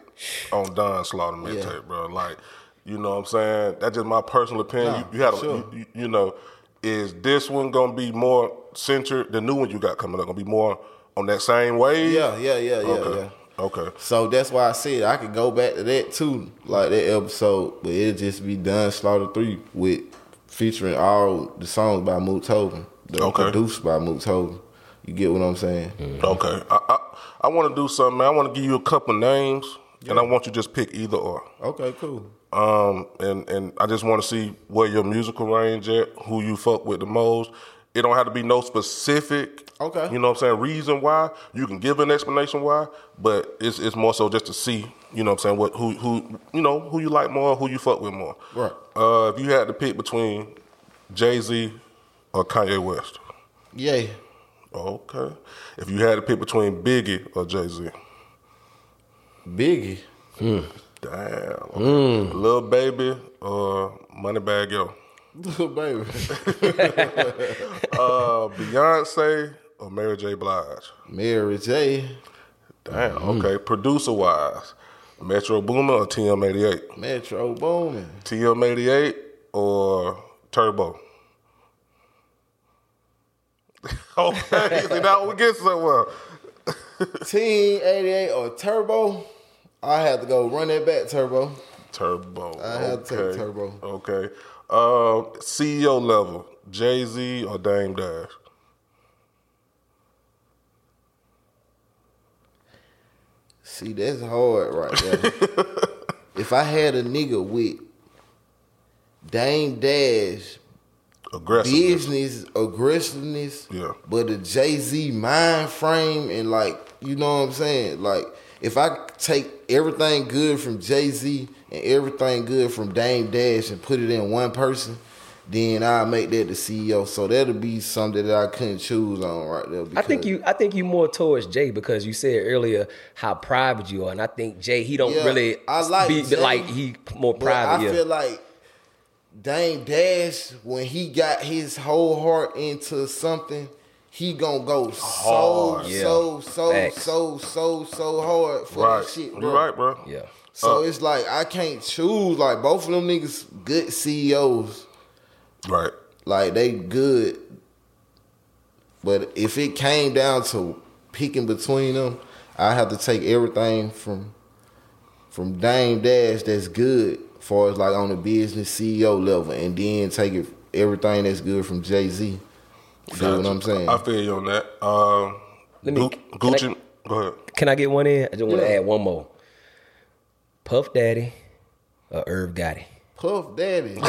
S1: on Don Slaughter mixtape, bro. Like, you know what I'm saying? That's just my personal opinion.
S3: Nah,
S1: you, you had a,
S3: sure.
S1: you, you know, is this one gonna be more centered? The new one you got coming up gonna be more on that same wave?
S3: Yeah, yeah, yeah, yeah,
S1: Okay.
S3: yeah.
S1: Okay.
S3: So that's why I said I could go back to that too, like that episode, but it'll just be done Slaughter Three with featuring all the songs by Moot Tobin, the
S1: Okay. Mm.
S3: produced by Moot Tobin. You get what I'm saying?
S1: Okay. I I, I want to do something. man. I want to give you a couple names, and I want you to just pick either or.
S3: Okay, cool.
S1: Um, and and I just want to see where your musical range at, who you fuck with the most. It don't have to be no specific.
S3: Okay.
S1: You know what I'm saying? Reason why you can give an explanation why, but it's it's more so just to see. You know what I'm saying? What who who you know who you like more, who you fuck with more.
S3: Right.
S1: Uh, if you had to pick between Jay Z or Kanye West,
S3: Yeah.
S1: okay. If you had to pick between Biggie or Jay Z,
S3: Biggie.
S1: damn. Little baby or Moneybag Yo.
S3: Little baby.
S1: Uh, Beyonce or Mary J. Blige?
S3: Mary J.
S1: Damn. Okay. Producer wise, Metro Boomin or TM88?
S3: Metro Boomin.
S1: TM88 or Turbo? okay. See, now we get somewhere.
S3: Team 88 or Turbo. I have to go run that back, Turbo.
S1: Turbo.
S3: I had to take
S1: okay.
S3: Turbo.
S1: Okay. Um, CEO level, Jay Z or Dame Dash?
S3: See, that's hard right there. if I had a nigga with Dame Dash
S1: Aggressive.
S3: business, aggressiveness,
S1: Yeah.
S3: but a Jay Z mind frame and like, you know what I'm saying? Like, if I take everything good from Jay Z and everything good from Dame Dash and put it in one person, then I'll make that the CEO. So that'll be something that I couldn't choose on right there.
S2: I think
S3: because-
S2: you I think you more towards Jay because you said earlier how private you are, and I think Jay he don't
S3: Yeah,
S2: really
S3: I like
S2: be
S3: Jay,
S2: like he more
S3: but
S2: private.
S3: I
S2: yeah.
S3: feel like Dame Dash when he got his whole heart into something, he gonna go so
S1: Hard.
S3: so so
S2: Facts.
S3: so so so hard for
S1: Right.
S3: that shit,
S1: You
S3: bro.
S1: right, Uh, bro.
S2: yeah.
S3: So it's like I can't choose. Like both of them niggas, good E CEOs.
S1: Right.
S3: Like they good, but if it came down to picking between them, I have to take everything from from Dame Dash that's good, far as like on the business CEO level, and then take it everything that's good from Jay Z. Feel what
S1: Gotcha.
S3: I'm saying?
S1: I feel you on that. Um,
S2: Let me-
S1: Gu-
S2: can I-
S1: Gucci. go ahead.
S2: Can I get one in? I just want to
S3: Yeah.
S2: add one more. Puff Daddy or Herb Gotti.
S3: Puff Daddy.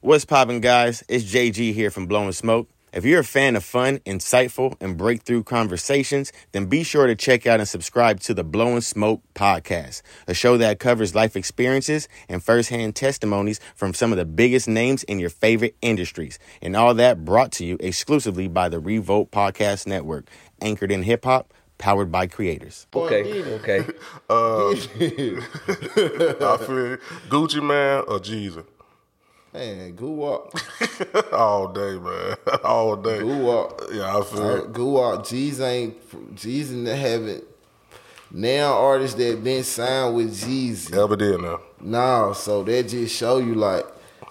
S8: What's poppin', guys? It's JG here from Blowing Smoke. If you're a fan of fun, insightful, and breakthrough conversations, then be sure to check out and subscribe to the Blowing Smoke podcast, a show that covers life experiences and firsthand testimonies from some of the biggest names in your favorite industries. And all that brought to you exclusively by the Revolt Podcast Network, anchored in hip hop, powered by creators.
S2: Okay. Okay.
S1: I Uh, feel you. Gucci man or Jeezy?
S3: Man, goo wop,
S1: All day, man. All day.
S3: goo wop.
S1: Yeah, I feel
S3: Uh,
S1: it.
S3: Goo out. G's ain't G's in the heaven. Now artists that been signed with Jeezy.
S1: Ever did now.
S3: Nah, so that just show you like,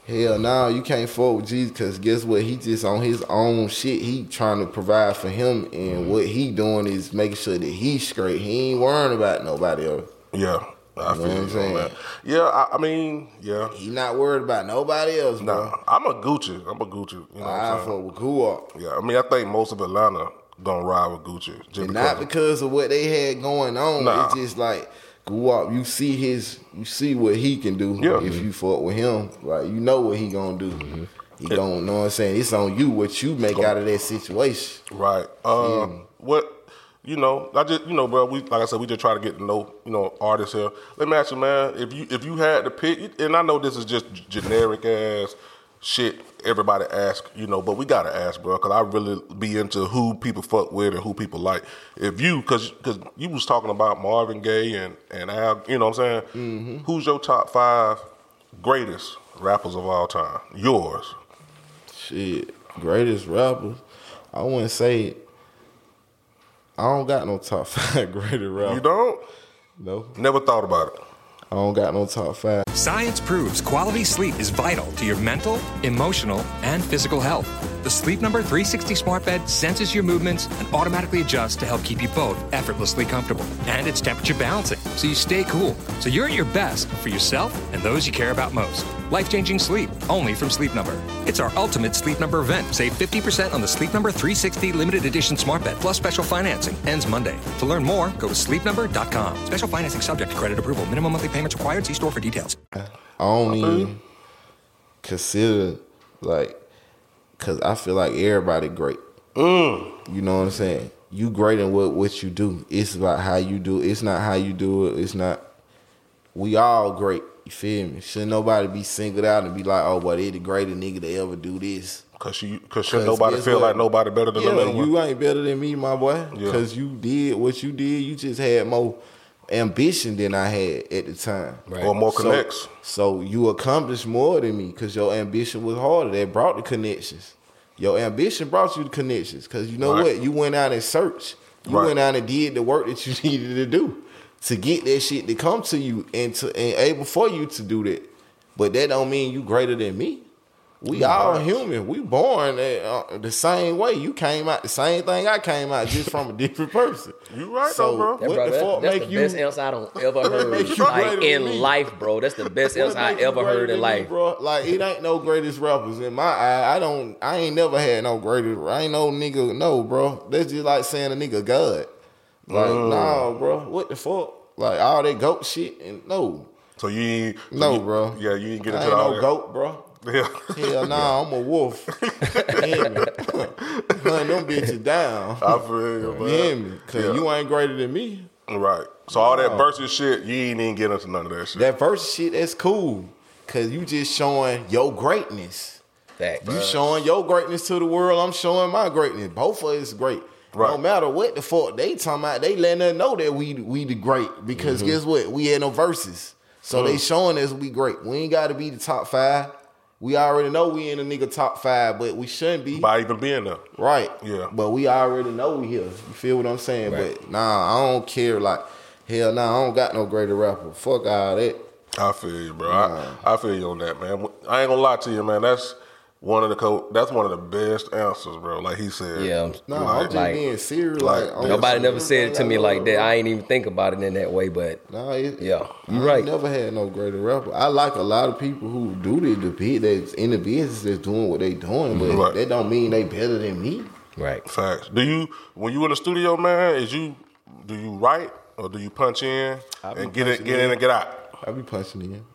S3: hell nah, you can't fuck with Jeezy because guess what? He just on his own shit. He trying to provide for him and
S1: Mm-hmm.
S3: what he doing is making sure that he's straight. He ain't worrying about nobody else.
S1: Yeah. I
S3: You know
S1: feel
S3: what I'm
S1: you on
S3: saying?
S1: that. Yeah, I, I mean, yeah.
S3: He not worried about nobody else, bro.
S1: Nah, I'm a Gucci. I'm a Gucci. You know what
S3: I
S1: I'm saying?
S3: fuck with Guap.
S1: Yeah, I mean, I think most of Atlanta gonna ride with Gucci. Just
S3: And not because of what they had going on.
S1: Nah.
S3: It's just like Guap, you see his you see what he can do
S1: Yeah. Mm-hmm.
S3: if you fuck with him. Like you know what he gonna do. He gonna know what I'm saying. It's on you what you make out of that situation.
S1: Right. Um, What you know? I just you know, bro. We like I said, we just try to get to know you know artists here. Let me ask you, man. If you if you had to pick, and I know this is just g- generic ass shit. Everybody ask, you know, but we gotta ask, bro, because I really be into who people fuck with and who people like. If you, because because you was talking about Marvin Gaye and and Al, you know what I'm saying. Who's your top five greatest rappers of all time? Yours.
S3: Shit, greatest rappers. I wouldn't say I don't got no top five greatest rappers.
S1: You don't?
S3: No,
S1: Never thought about it.
S3: I don't got no top five.
S7: Science proves quality sleep is vital to your mental, emotional, and physical health. The Sleep Number 360 smart bed senses your movements and automatically adjusts to help keep you both effortlessly comfortable. And it's temperature balancing, so you stay cool. So you're at your best for yourself and those you care about most.
S9: Life-changing sleep, only from Sleep Number. It's our ultimate Sleep Number event. Save 50% on the Sleep Number 360 limited edition smart bed, plus special financing. Ends Monday. To learn more, go to sleepnumber.com. Special financing subject to credit approval. Minimum monthly payments required. See store for details.
S3: I don't even consider like because I feel like everybody great. You know what I'm saying? You great in what what you do. It's about how you do. It. It's not how you do it. It's not. We all great. You feel me? Shouldn't nobody be singled out and be like, oh, well, they the greatest nigga to ever do this.
S1: Cause you, cause should nobody feel like nobody better than
S3: yeah,
S1: the little one.
S3: you ain't better than me, my boy.
S1: Yeah.
S3: Because you did what you did. You just had more ambition than I had at the time.
S2: Right.
S1: Or more
S3: So-
S1: connects.
S3: So you accomplished more than me because your ambition was harder. That brought the connections. Your ambition brought you the connections because you know
S1: Right.
S3: what? You went out and searched. You
S1: Right.
S3: went out and did the work that you needed to do to get that shit to come to you and to and able for you to do that. But that don't mean you greater than me. We
S1: Mm,
S3: all human. We born uh, the same way. You came out the same thing I came out, just from a different person.
S1: You right
S3: so
S1: though, bro.
S2: That,
S3: What
S2: bro,
S3: the
S2: that-
S3: fuck
S2: that's
S3: make
S2: the
S3: you
S2: best answer I don't ever heard
S3: make you
S2: like,
S3: greater
S2: in
S3: than me?
S2: life, bro. That's the best answer I
S3: What makes you
S2: ever
S3: greater
S2: heard
S3: than
S2: in
S3: me,
S2: life.
S3: bro. Like it ain't no greatest rappers in my eye. I don't. I ain't never had no greatest. I ain't no nigga. No, bro. That's just like saying a nigga god. Like
S1: Oh.
S3: nah, bro. What the fuck? Like all that goat shit and no,
S1: So you ain't so
S3: no,
S1: you-
S3: bro.
S1: Yeah, you ain't get
S3: I
S1: into
S3: ain't
S1: all
S3: no
S1: that.
S3: goat, bro.
S1: Yeah,
S3: Hell nah, I'm a wolf. Hear me? Hunt them bitches down.
S1: I feel you,
S3: You
S1: man.
S3: hear me? Cause
S1: Uh, Yeah.
S3: you ain't greater than me.
S1: Right. So all that versus shit, you ain't even get into none of that shit.
S3: That verse shit, that's cool. Cause you just showing your greatness.
S2: Fact.
S3: You showing your greatness to the world. I'm showing my greatness. Both of us great. No
S1: Right.
S3: matter what the fuck they talking about, they letting us know that we we the great. Because
S2: Mm-hmm.
S3: guess what? We had no verses. So they showing us we great. We ain't gotta be the top five. We already know we in the nigga top five, but we shouldn't be.
S1: By even being there.
S3: Right.
S1: Yeah.
S3: But we already know we here. You feel what I'm saying? But nah, I don't care. Like, hell nah, I don't got no greater rapper. Fuck all that.
S1: I feel you, bro. I, I feel you on that, man. I ain't gonna lie to you, man. That's one of the co- that's one of the best answers, bro. Like he said.
S2: Yeah.
S3: Nah, I'm just
S2: Like-
S3: being serious. Like,
S1: like,
S3: on
S2: Nobody
S3: some
S2: never said it to me
S3: everything I
S2: like
S3: love,
S2: that.
S3: bro.
S2: I ain't even think about it in that way, but
S3: Nah, it,
S2: Yeah,
S3: I
S2: you
S3: ain't
S2: right.
S3: Never had no greater rapper. I like a lot of people who do the, the bit that's in the business that's doing what they doing, but
S1: Right.
S3: that don't mean they better than me.
S2: right.
S1: Facts. Do you when you in the studio, man? Is you do you write or do you punch in
S3: I be
S1: and get it,
S3: punching
S1: get in
S3: in.
S1: and get out?
S3: I be punching in.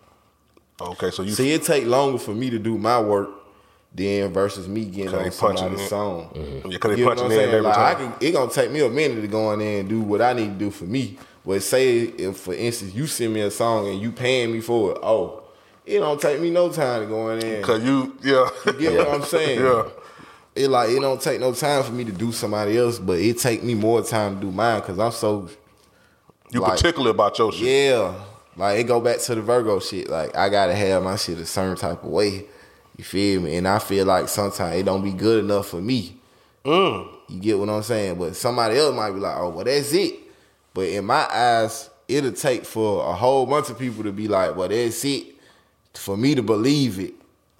S1: Okay, so you
S3: See, it take longer for me to do my work than versus me getting
S1: Cause they
S3: on
S1: punching
S3: somebody's
S1: in.
S3: song.
S1: Yeah, 'cause they
S3: You know what
S1: punching
S3: I'm
S1: in
S3: saying?
S1: every
S3: like,
S1: time.
S3: I can, it gonna take me a minute to go in there and do what I need to do for me. But say if, for instance, you send me a song and you paying me for it, oh, it don't take me no time to go in there. and-
S1: Cause you, yeah.
S3: get what I'm saying?
S1: Yeah.
S3: It like it don't take no time for me to do somebody else, but it take me more time to do mine because I'm so
S1: You
S3: Like-
S1: particular about your shit.
S3: yeah. Like it go back to the Virgo shit. Like I gotta have my shit a certain type of way. You feel me? And I feel like sometimes it don't be good enough for me.
S1: Mm.
S3: You get what I'm saying? But somebody else might be like, oh, well, that's it. But in my eyes, it'll take for a whole bunch of people to be like, well, that's it for me to believe it.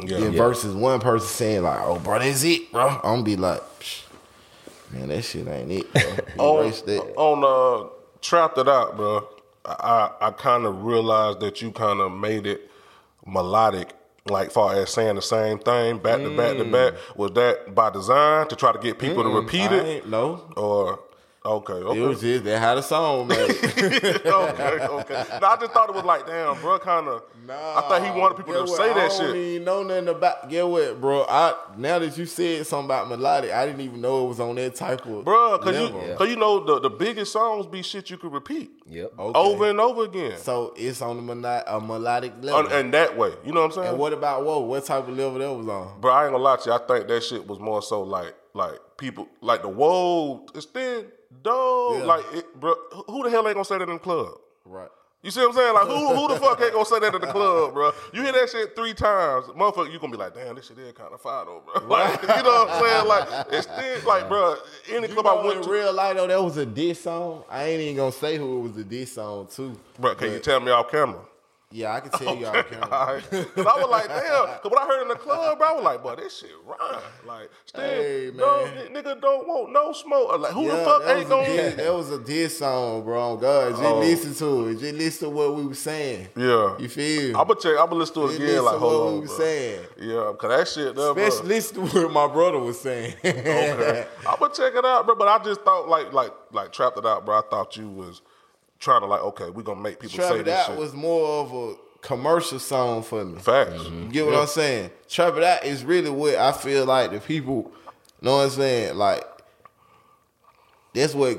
S1: Yeah.
S3: Then
S1: Yeah.
S3: versus one person saying like, oh, bro, that's it, bro. I'm gonna be like, "Psh, man, that shit ain't it. Bro.
S1: on,
S3: Erase that.
S1: on uh, trapped it out, bro. I I kind of realized that you kind of made it melodic, like far as saying the same thing back to back to back. Was that by design to try to get people to repeat
S3: Mm. I
S1: it,
S3: ain't- no,
S1: or okay,
S3: it
S1: okay,
S3: was just that how the song made.
S1: okay, okay? No, I just thought it was like, damn, bro, kind of. I thought he wanted people
S3: Get
S1: to
S3: what?
S1: say that
S3: I don't
S1: shit.
S3: even know nothing about. Get what, bro? I now that you said something about melodic, I didn't even know it was on that type of
S1: Bro, cause you,
S3: level.
S1: cause you know the, the biggest songs be shit you could repeat
S2: Yep.
S3: Okay.
S1: over and over again,
S3: So it's on the mono- a melodic level.
S1: and, and that way, you know what I'm saying?
S3: and what about whoa? What type of level that was on?
S1: Bro, I ain't gonna lie to you. I think that shit was more so like like people like the whoa, it's thin, dog.
S3: Yeah.
S1: Like it, bro, who the hell ain't gonna say that in the club?
S3: Right.
S1: You see what I'm saying? Like who who the fuck ain't gonna say that in the club, bro? You hear that shit three times, motherfucker, you gonna be like, damn, this shit is kind of fire though, bro. Like you know what I'm saying? Like it's thin, like bro. Any
S3: You
S1: club
S3: know,
S1: I went
S3: in
S1: to,
S3: real life though, that was a diss song. I ain't even gonna say who it was a diss song to.
S1: bro. Can you tell me off camera?
S3: Yeah, I can tell you all camera.
S1: All right. Cause I was like, damn. Cause when I heard in the club, bro, I was like, bro, this shit rhyme. Like, still,
S3: Hey,
S1: no,
S3: man.
S1: n- nigga don't want no smoke. I'm Like, who
S3: Yeah,
S1: the fuck
S3: that
S1: ain't
S3: was a
S1: gonna?
S3: diss- That was a diss song, bro. Oh, God, just
S1: Oh.
S3: listen to it. Just listen to what we were saying.
S1: Yeah.
S3: You feel?
S1: I'm gonna check. I'm gonna listen to it
S3: Just
S1: again.
S3: listen
S1: Like,
S3: to
S1: hold
S3: what
S1: on,
S3: we
S1: bro.
S3: were saying.
S1: Yeah, cause that shit, there, bro.
S3: Especially listen to what my brother was saying.
S1: Okay. I'm gonna check it out, bro. But I just thought, like, like, like, trapped it out, bro. I thought you was trying to, like, okay, we gonna make people
S3: Trap
S1: say
S3: It
S1: this
S3: Out
S1: shit.
S3: was more of a commercial song for me.
S1: Facts.
S3: You
S2: Mm-hmm.
S3: get what I'm saying? Trap It Out is really what I feel like the people, know what I'm saying? Like, that's what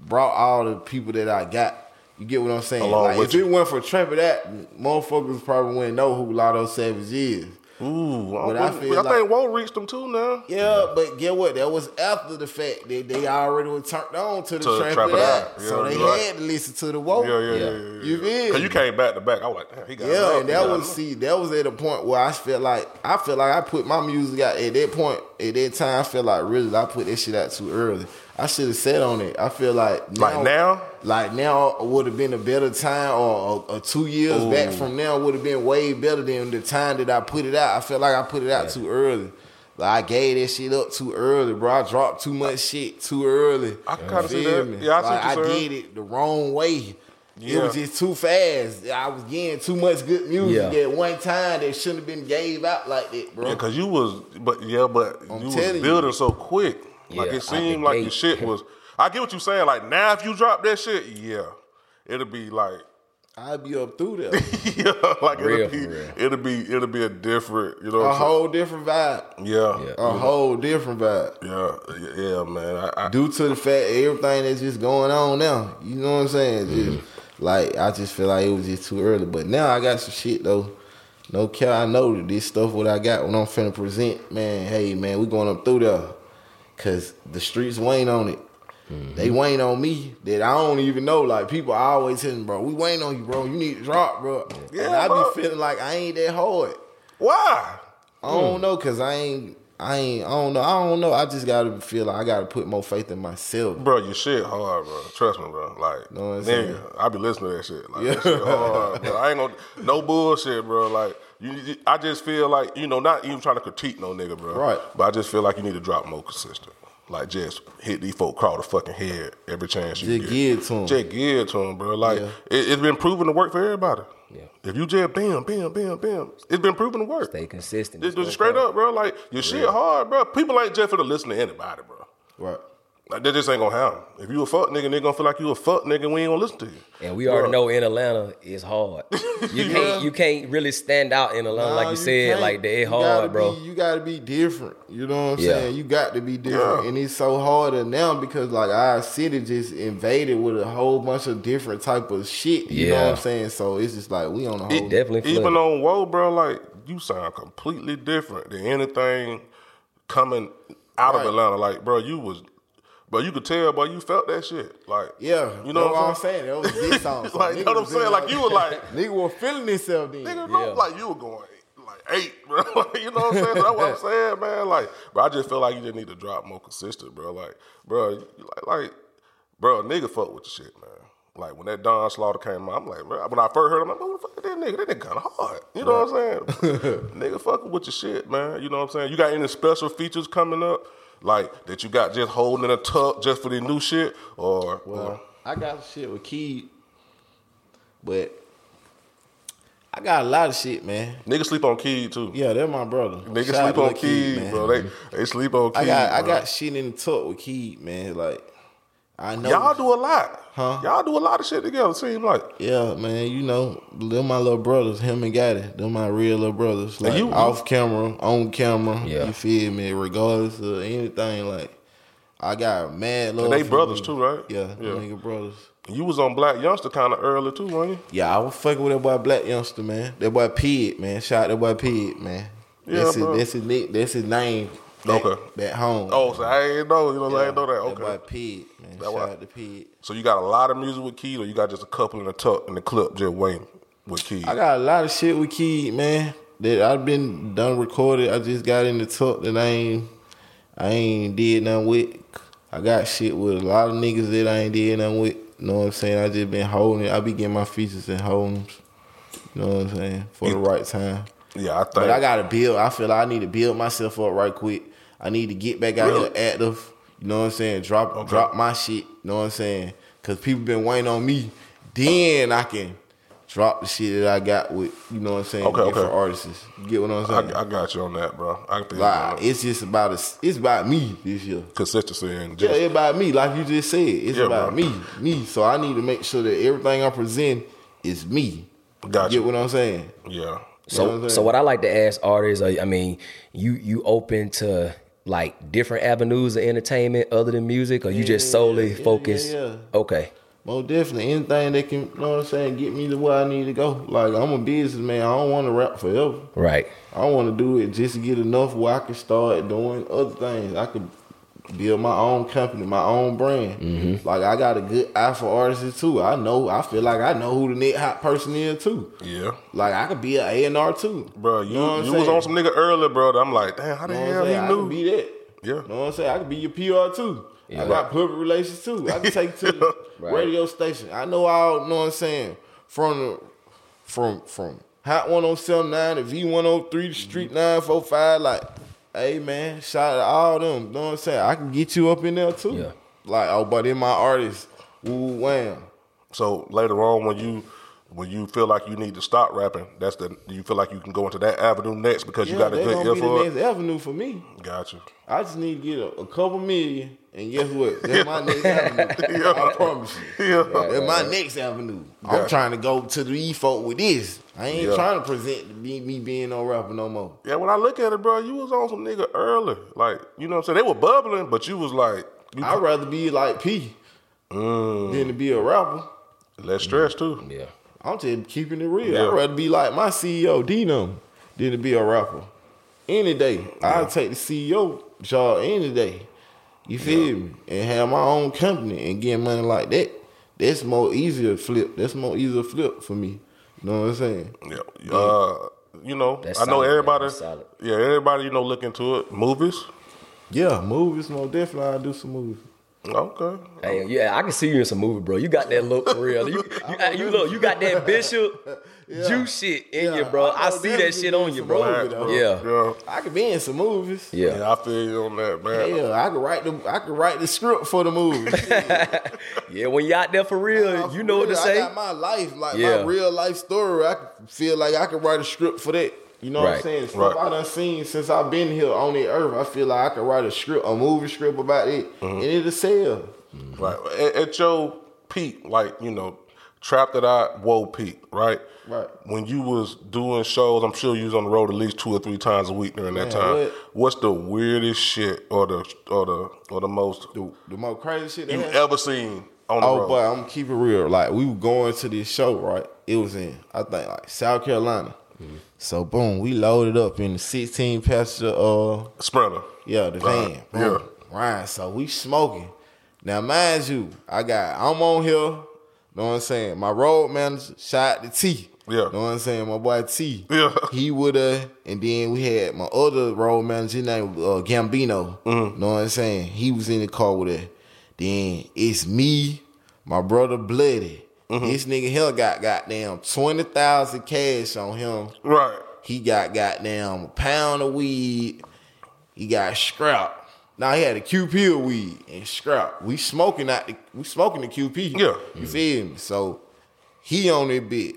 S3: brought all the people that I got. You get what I'm saying?
S1: Along
S3: like,
S1: with
S3: if
S1: you.
S3: it went for Trap It Out, motherfuckers probably wouldn't know who Lotto Savage is.
S1: Ooh, I,
S3: But I
S1: I,
S3: feel
S1: I
S3: like-
S1: think won't reach them too now.
S3: Yeah, but get what? That was after the fact that they already were turned on to the
S1: To
S3: Trap, It Out. so
S1: Yeah,
S3: they
S1: you right.
S3: had to listen to the woke.
S1: Yeah, yeah, yeah, yeah. yeah,
S3: You
S1: yeah.
S3: feel
S1: Cause
S3: me?
S1: you came back to back. I was like, damn, he got
S3: Yeah,
S1: love.
S3: and
S1: He
S3: that
S1: got
S3: was
S1: love.
S3: see, that was at a point where I felt like I feel like I put my music out at that point. At that time, I feel like really I put that shit out too early. I should have sat on it. I feel like now,
S1: Like now?
S3: like now would have been a better time, or, or, or two years back from now would have been way better than the time that I put it out. I feel like I put it out too early. Like I gave that shit up too early, bro. I dropped too much shit too early.
S1: I can kinda
S3: You
S1: see
S3: feel
S1: that.
S3: me?
S1: Yeah, I see
S3: Like,
S1: what you're
S3: I
S1: saying.
S3: did it the wrong way. It
S1: Yeah.
S3: was just it's too fast. I was getting too much good music
S2: Yeah.
S3: at one time that shouldn't have been gave out like that, bro.
S1: Yeah, cause you was, but yeah, but you was
S3: telling you.
S1: building so quick. like
S2: Yeah,
S1: it
S2: out the
S1: seemed like your
S2: gate.
S1: shit was. I get what you saying. Like now, if you drop that shit, yeah, it'll be like,
S3: I'd be up through there.
S1: yeah, like
S2: Real,
S1: it'll be,
S2: for real.
S1: it'll be, it'll be a different, you know.
S3: a
S1: What I'm
S3: whole different vibe.
S1: saying? Yeah, yeah,
S2: Yeah.
S3: A whole different vibe.
S1: yeah, yeah, man. I, I,
S3: Due to the fact everything that's just going on now. You know what I'm saying? Just
S1: Mm-hmm.
S3: like I just feel like it was just too early. But now I got some shit though. No care, I know that this stuff what I got when I'm finna present, man, hey man, we going up through there. Cause the streets waiting on it.
S1: Mm-hmm.
S3: They waiting on me that I don't even know. Like people always hitting, bro. We waiting on you, bro. You need to drop, bro.
S1: Yeah,
S3: and I
S1: bro.
S3: be feeling like I ain't that hard.
S1: why?
S3: I
S1: Hmm.
S3: don't know, cause I ain't, I ain't, I don't know, I don't know. I just gotta feel like I gotta put more faith in myself.
S1: Bro, your shit hard, bro. Trust me, bro. Like,
S3: Know what I'm saying?
S1: nigga, I be listening to that shit. Like, that shit hard, bro. I ain't gonna, no bullshit, bro. Like, you, you- I just feel like, you know, not even trying to critique no nigga, bro.
S3: Right.
S1: But I just feel like you need to drop more consistent. Like, just hit these folk, crawl the fucking head every chance you
S3: Just
S1: get.
S3: give it to 'em.
S1: Just give it to them, bro. Like, it, it's been proven to work for everybody. Yeah. If you just bam, bam, bam, bam, it's been proven to work.
S2: Stay consistent.
S1: Just, just straight up, bro. Like, your shit hard, bro. People ain't just for to listen to anybody, bro.
S3: Right.
S1: Like that just ain't gonna happen. If you a fuck nigga, nigga gonna feel like you a fuck nigga. We ain't gonna listen to you.
S2: And we already know in Atlanta it's hard. You can't you can't really stand out in Atlanta like
S3: Nah,
S2: you, said
S3: can't.
S2: like that.
S3: You
S2: It's
S3: gotta
S2: hard, bro.
S3: Be, you gotta be different. You know what I'm
S2: Yeah.
S3: saying? You got to be different,
S1: Yeah.
S3: and it's so harder now because like our city just invaded with a whole bunch of different type of shit. You know
S2: Yeah.
S3: what I'm saying? So it's just like we on a whole.
S2: Definitely
S1: Even
S2: flooded.
S1: on Whoa, bro, like you sound completely different than anything coming out of Atlanta. Like, bro, you was, bro, you could tell, bro, you felt that shit. Like,
S3: yeah,
S1: you know what, I'm saying.
S3: saying? That was this song. So
S1: like, you know
S3: nigga
S1: what I'm
S3: was in
S1: saying? Like, you were like,
S3: nigga was feeling himself then.
S1: nigga, no, like you were going like eight, bro. Like, you know what I'm saying? So that's what I'm saying, man. Like, bro, I just feel like you just need to drop more consistent, bro. Like, bro, you- like, like, bro, nigga, fuck with the shit, man. Like when that Don Slaughter came out, I'm like, bro, when I first heard him, I'm like, what the fuck is that nigga? That nigga kind of hard. You know what I'm saying? nigga, fucking with your shit, man. You know what I'm saying? You got any special features coming up? Like that you got just holding a tuck just for the new shit, or
S3: Well, I got shit with Key, but I got a lot of shit, man.
S1: nigga sleep on Kid too.
S3: Yeah, they're my brother.
S1: Nigga
S3: Shout out
S1: sleep
S3: to
S1: on
S3: Lil' Key,
S1: Kid, bro. They they sleep on Kid.
S3: I got I
S1: bro.
S3: got shit in the tuck with Kid, man. Like I know
S1: Y'all do a lot.
S3: Huh?
S1: Y'all do a lot of shit together, seem like.
S3: Yeah, man, you know, them my little brothers, him and Gotti. Them my real little brothers. Like
S1: you-
S3: off camera, on camera.
S2: Yeah.
S3: You feel me? Regardless of anything, like I got mad love.
S1: And they
S3: for
S1: brothers
S3: them.
S1: too, right?
S3: Yeah, them
S1: Yeah.
S3: nigga brothers.
S1: You was on Black Youngster kind of early too, weren't you?
S3: Yeah, I was fucking with that boy Black Youngster, man. That boy Pid, man. Shout out that boy Pid, man.
S1: Yeah,
S3: that's
S1: bro.
S3: his that's his nick that's his name. back-
S1: Okay.
S3: Back home.
S1: Oh, so I ain't know. You know, I
S3: Yeah,
S1: ain't know that.
S3: That
S1: Okay.
S3: boy Pid, man.
S1: That
S3: Shout
S1: boy-
S3: out to Pid.
S1: So you got a lot of music with Keith, or you got just a couple in the tuck in the clip just waiting with Keith?
S3: I got a lot of shit with Key, man. That I've been done recorded. I just got in the tuck that I ain't I ain't did nothing with. I got shit with a lot of niggas that I ain't did nothing with. Know what I'm saying? I just been holding it. I be getting my features and holding them. You know what I'm saying? For the right time.
S1: Yeah, I think.
S3: But I gotta build. I feel like I need to build myself up right quick. I need to get back out
S1: Really?
S3: here active. You know what I'm saying? Drop drop my shit. You know what I'm saying? Cause people been waiting on me. Then I can drop the shit that I got with you know what I'm saying.
S1: Okay,
S3: different
S1: okay.
S3: artists. You get what I'm
S1: I,
S3: saying?
S1: I got you on that, bro. I think
S3: like it's just about us. It's about me this year.
S1: consistency and
S3: Yeah,
S1: just
S3: it's about me. Like you just said, it's
S1: Yeah,
S3: about
S1: bro.
S3: me. Me. So I need to make sure that everything I present is me.
S1: Got
S3: You
S1: you.
S3: get what I'm saying?
S1: yeah.
S3: You
S2: So,
S3: know what I'm
S2: so
S3: saying?
S2: what I like to ask artists, I I mean, you you open to like different avenues of entertainment other than music, or you just solely
S3: yeah,
S2: focus?
S3: yeah.
S2: Okay,
S3: Most definitely, anything that can, you know what I'm saying, get me to where I need to go. Like I'm a businessman. I don't want to rap forever.
S2: right.
S3: I want to do it just to get enough where I can start doing other things. I could build my own company, my own brand. Like I got a good eye for artists too. I know. I feel like I know who the next hot person is too.
S1: Yeah.
S3: Like I could be an A and R too,
S1: Bro, you,
S3: Know what I'm
S1: you was
S3: saying?
S1: on some nigga earlier, bro. that I'm like, damn, how the
S3: Know what I'm
S1: hell he
S3: saying? I
S1: knew?
S3: could be that.
S1: Yeah.
S3: Know what I'm saying? I could be your PR too. I got public relations too. I can take you to the
S2: Right.
S3: radio station. I know all. Know what I'm saying? From the from from Hot 1079 to V103 to Street 945. Like, hey man, shout out to all them. Know what I'm saying? I can get you up in there too.
S2: Yeah.
S3: Like, oh, but in my artist, woo wham.
S1: So later on, when you when you feel like you need to stop rapping, that's the you feel like you can go into that avenue next because you
S3: Yeah,
S1: got a
S3: they
S1: good
S3: gonna
S1: ear
S3: be
S1: for
S3: the
S1: it.
S3: next avenue for me.
S1: Got you.
S3: I just need to get a, a couple million, and guess what? That's my next avenue. I promise you.
S1: Yeah.
S3: That's my next avenue.
S1: Yeah.
S3: I'm trying to go to the E folk with this. I ain't
S1: Yeah.
S3: trying to present to be me being no rapper no more.
S1: Yeah, when I look at it, bro, you was on some nigga early. Like, you know what I'm saying? They were bubbling, but you was like, you Mm,
S3: I'd rather be like P than to be a rapper.
S1: less stressed too.
S2: Yeah.
S3: I'm just keeping it real.
S1: Yeah.
S3: I'd rather be like my CEO Dino than to be a rapper. Any day, I'll take the CEO job any day. You feel me? And have my own company and get money like that. That's more easier flip. That's more easier flip for me. You know what I'm saying?
S1: Yeah. Uh, you know,
S2: That's
S1: I know
S2: solid, man.
S1: everybody.
S2: That's solid.
S1: Yeah, everybody, you know, look into it. Movies.
S3: Yeah, movies more definitely. I'll do some movies.
S1: Okay.
S2: Hey, yeah, I can see you in some movie, bro. You got that look for real. You, you, you look, you got that Bishop juice shit in you, bro.
S3: I
S2: I,
S3: know
S2: see that
S3: definitely
S2: shit on
S3: in
S2: you,
S3: some
S2: bro.
S3: movies, though.
S2: Yeah.
S1: Yeah.
S3: I could be in some movies.
S2: Yeah.
S1: Yeah, I feel you on that, man.
S3: Hell, I could write the I could write the script for the movie.
S2: Yeah, when you out there for real, you know what to
S3: I
S2: say.
S3: got my life, like
S2: Yeah.
S3: my real life story. I could feel like I could write a script for that. You know what
S2: Right.
S3: I'm saying? Stuff
S1: Right.
S3: I done seen since I've been here on the earth. I feel like I could write a script, a movie script about it,
S1: Mm-hmm.
S3: and it'll sell.
S1: Right. At, at your peak, like, you know, Trapped It Out, Whoa Peak, right?
S3: Right.
S1: When you was doing shows, I'm sure you was on the road at least two or three times a week during that
S3: Man,
S1: time.
S3: what?
S1: What's the weirdest shit or the or the or the most
S3: The, the more crazy shit. they
S1: you
S3: had-
S1: ever seen on the
S3: Oh,
S1: road?
S3: but I'm gonna keep it real. Like we were going to this show, right? It was in I think like South Carolina.
S2: Mm-hmm.
S3: So boom, we loaded up in the 16 passenger uh
S1: Sprinter.
S3: Yeah, the
S1: Right.
S3: van.
S1: Yeah.
S3: Boom. Right. So we smoking. Now, mind you, I got I'm on here. Know what I'm saying? My road manager shot the T.
S1: Yeah.
S3: Know what I'm saying? My boy T.
S1: Yeah.
S3: He would have, and then we had my other road manager his name uh, Gambino.
S1: Mm-hmm.
S3: Know what I'm saying? He was in the car with her. Then it's me, my brother Bloody.
S1: Mm-hmm.
S3: This nigga here got goddamn twenty thousand cash on him.
S1: Right.
S3: He got goddamn a pound of weed. He got scrap. Now he had a QP of weed and scrap. We smoking out the we smoking the QP.
S1: Yeah.
S3: You feel me? So he on it bit.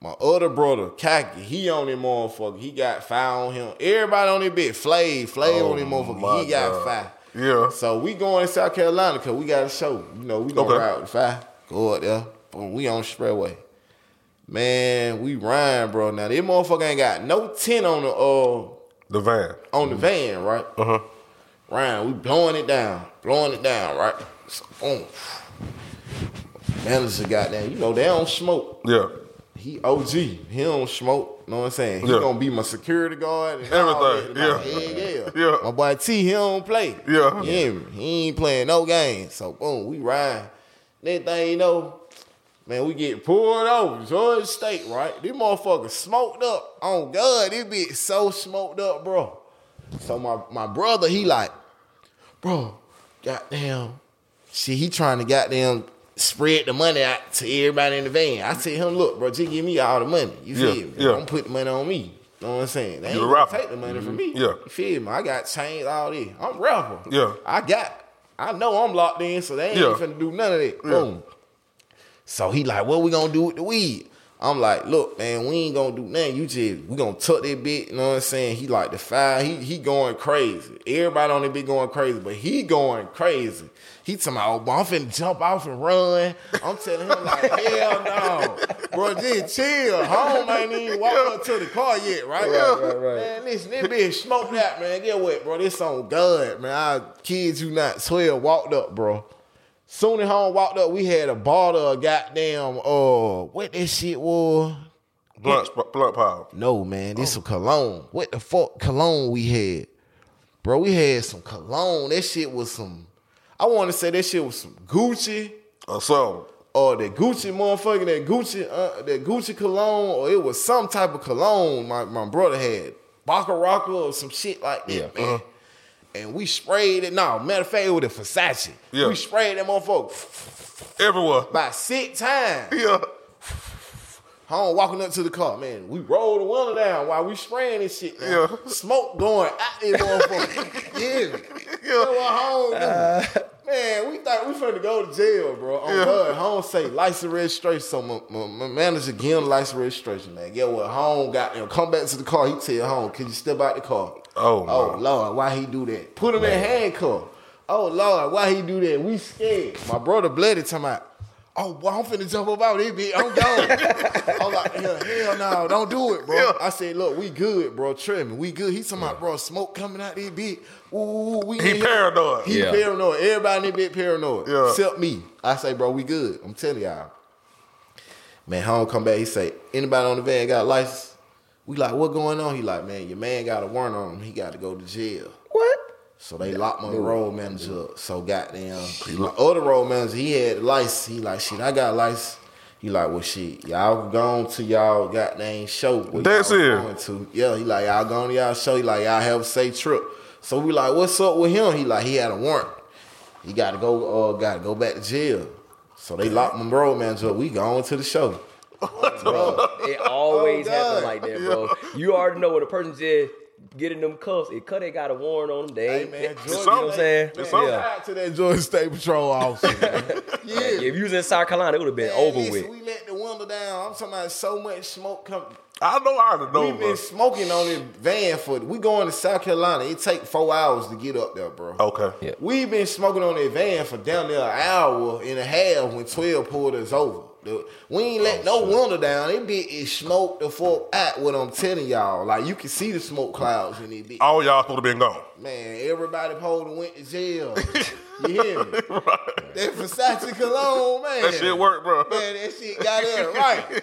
S3: My other brother, Kaki, he on him motherfucker. He got five on him. Everybody on it bit. Flav, Flav on him motherfucker. He got
S1: Oh God.
S3: five.
S1: Yeah.
S3: So we going to South Carolina because we got a show. You know, we gonna
S1: Okay.
S3: ride with five. Go out there. Boom, we on spreadway. Man, we rhyme, bro. Now this motherfucker ain't got no tent on the uh
S1: The van.
S3: on the van, right? Uh-huh. Ryan, we blowing it down, blowing it down, right? So boom. Manager got that. You know, they don't smoke.
S1: Yeah.
S3: He OG. He don't smoke. Know what I'm saying? He
S1: Yeah.
S3: gonna be my security guard. And all
S1: Everything,
S3: that.
S1: yeah.
S3: yeah, yeah,
S1: Yeah.
S3: My boy T, he don't play. You
S1: Yeah.
S3: hear me? He ain't playing no games. So boom, we ride. Next thing you know, man, we get pulled over. Georgia State, right? These motherfuckers smoked up. On God, this bitch so smoked up, bro. So my my brother, he like, bro, goddamn, shit, he trying to goddamn spread the money out to everybody in the van. I tell him, look, bro, just give me all the money. You
S1: Yeah,
S3: feel me?
S1: yeah.
S3: Don't put the money on me. You know what I'm saying? They ain't
S1: You the
S3: gonna
S1: rapper. Mm-hmm.
S3: take the money from me.
S1: Yeah.
S3: You feel me? I got chains all this. I'm rapper.
S1: Yeah.
S3: I got I know I'm locked in, so they ain't
S1: Yeah.
S3: finna do none of that. Boom. So he like, what we gonna do with the weed? I'm like, look, man, we ain't gonna do nothing. You just we gonna tuck that bit, you know what I'm saying? He like the fire, he he going crazy. Everybody on that bit going crazy, but he going crazy. He talking about, "Well, I'm finna jump off and run. I'm telling him like, hell no. Bro, just chill. Home ain't even walk up to the car yet, right?
S2: Right, right, right.
S3: Man, listen, this bitch smoked out, man. Get what, bro? This on God, man. I kid you not. 12 walked up, bro. Soon as home walked up, we had a bottle of goddamn uh what that shit was.
S1: Blunt, sp- blunt pile.
S3: No, man, this some cologne. What the fuck cologne we had? Bro, we had some cologne. That shit was some I wanna say that shit was some Gucci
S1: Or something.
S3: or that Gucci motherfucking that Gucci uh, that Gucci cologne or it was some type of cologne my, my brother had Baccarat or some shit like that, man. And we sprayed it. No, matter of fact, it was a Versace.
S1: Yeah.
S3: We sprayed that motherfucker
S1: Everywhere.
S3: by six times.
S1: Yeah.
S3: Home walking up to the car, man. We rolled the window down while we spraying this shit. Man.
S1: Yeah.
S3: Smoke going out this motherfucker. yeah.
S1: Yeah. Uh.
S3: That's what home do. man, we thought we finna go to jail, bro. On
S1: Yeah.
S3: God, home say license registration. So my, my, my manager give him license registration, man. Get what home got him. Come back to the car. He tell home, can you step out the car?
S1: Oh,
S3: oh
S1: my.
S3: Lord, why he do that? Put him in handcuff. Oh Lord, why he do that? We scared. My brother bloody talking about. Oh, boy, I'm finna jump up out of this bitch. I'm gone. I'm like, hell, hell no, don't do it, bro. I said, look, we good, bro. Trust me, we good. He talking about, bro, smoke coming out this bitch. Ooh, we
S1: He
S3: in here.
S1: paranoid.
S3: He
S2: Yeah.
S3: paranoid. Everybody in this bitch paranoid.
S1: Yeah.
S3: Except me. I say, bro, we good. I'm telling y'all. Man, home come back. He say, anybody on the van got a license? We like, what going on? He like, man, your man got a warrant on him. He got to go to jail.
S2: What?
S3: So they locked my road manager up. So goddamn, my other road manager, he had a license. He like, shit, I got a license. He like, well, shit, y'all gone to y'all goddamn show. where
S1: That's
S3: y'all
S1: it.
S3: Going to. Yeah, he like, y'all gone to y'all show. He like, y'all have a safe trip. So we like, what's up with him? He like, he had a warrant. He got to go, uh, got to go back to jail. So they locked my road manager up. We going to the show.
S2: Bro, it always
S3: Oh, God.
S2: happens like that, bro. You already know when a person just getting them cuffs, it cut they got a warrant on them. They
S3: Hey
S2: ain't
S3: man,
S2: you know
S3: Georgia,
S2: what I'm saying?
S3: Man,
S1: something.
S3: shout out to that Georgia State Patrol officer. man. yeah,
S2: If you was in South Carolina, it would have been
S3: Man,
S2: over
S3: listen,
S2: with.
S3: We let the window down. I'm talking about so much smoke come.
S1: I know I already know,
S3: We've
S1: bro.
S3: been smoking on this van for. We going to South Carolina. It take four hours to get up there, bro.
S1: Okay.
S2: Yeah.
S3: We've been smoking on that van for down there an hour and a half when twelve pulled us over. The- We ain't let no window down. It bitch is smoke the fuck out. What I'm telling y'all, like you can see the smoke clouds in it. Bitch.
S1: All y'all supposed to been gone.
S3: Man, everybody pulled and went to jail. You hear me? That Versace cologne, man.
S1: That shit worked, bro.
S3: Man, that shit got in right.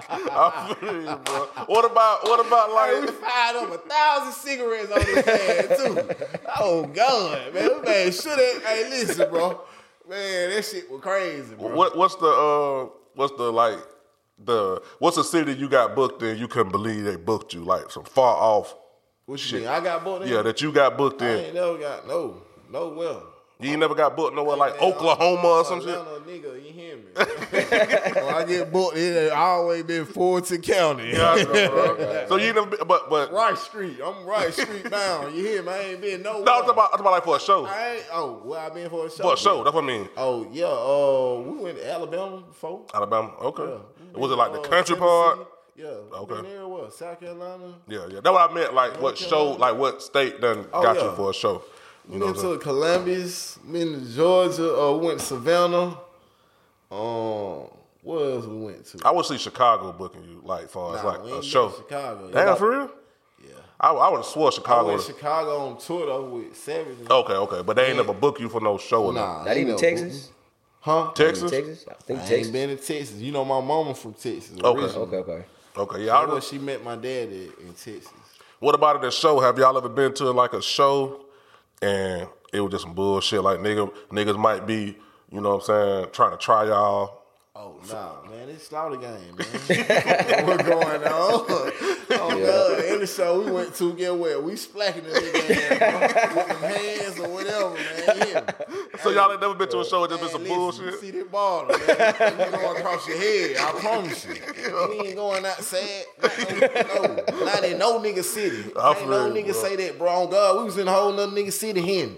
S1: I feel you, bro. What about what about
S3: Hey, we
S1: like
S3: fired up a thousand cigarettes on this man too. Oh God, man, This man should have. Hey, listen, bro, man, that shit was crazy, bro.
S1: what what's the uh what's the like the what's the city you got booked in you couldn't believe they booked you like some far off
S3: What you
S1: shit.
S3: mean? I got booked. in?
S1: yeah that you got booked
S3: I
S1: in
S3: ain't never got no, no well.
S1: you ain't never got booked nowhere like Oklahoma or some shit
S3: Atlanta, nigga, you hear me? when I get booked, it I always been Fulton County.
S1: Yeah, I know, bro. so you ain't never been, but but no
S3: Right Street. I'm right street bound. You hear me? I ain't been nowhere.
S1: I'm talking about, I'm talking about like for a show
S3: I ain't, oh, well, I been for a show.
S1: for a show that's what I mean
S3: Oh, yeah. Uh, we went to Alabama before.
S1: Alabama okay
S3: Yeah.
S1: was it like the
S3: Uh, Tennessee.
S1: country part
S3: Yeah.
S1: Okay.
S3: Okay. There was South Carolina.
S1: yeah yeah that's what I meant like what show like what state done
S3: Oh,
S1: got
S3: yeah.
S1: you for a show
S3: We
S1: you know
S3: went
S1: what
S3: to
S1: I'm
S3: Columbus, went to Georgia, uh, went to Savannah. Um, what else we went to?
S1: I would see Chicago booking you like for as
S3: Nah,
S1: like
S3: we
S1: a
S3: ain't
S1: show.
S3: been to Chicago.
S1: Damn,
S3: Yeah.
S1: for real? Yeah. I, I would have swore
S3: I
S1: Chicago.
S3: went to
S1: would've-
S3: Chicago on tour though with Savage. and-
S1: okay, okay, but they ain't never book you for no show. or nothing.
S3: Nah,
S2: Not
S3: ain't
S2: even
S3: no-
S2: Texas?
S3: huh?
S1: Texas.
S2: Texas? I think
S3: I
S2: Texas.
S3: ain't been to Texas. You know my mama from Texas.
S1: Okay.
S3: originally.
S2: okay, okay.
S1: Okay, yeah. I
S3: That's
S1: don't-
S3: where she met my dad at, in Texas.
S1: what about the show? Have y'all ever been to like a show and it was just some bullshit? Like nigga, niggas might be, you know what I'm saying, trying to try y'all
S3: Oh no, man! It's slaughter game, man. What's going on? Oh no! And the show we went to get where we splacking this nigga ass, bro, with them hands or whatever, man. Yeah.
S1: So y'all ain't never been to a show and just been
S3: Man,
S1: some
S3: listen,
S1: bullshit?
S3: See that ball, man. It's going across your head. I promise you. You ain't going outside. Not, no, not in no nigga city.
S1: I
S3: ain't no
S1: feel you,
S3: nigga
S1: bro.
S3: say that, bro. On God, we was in a whole nother nigga city here.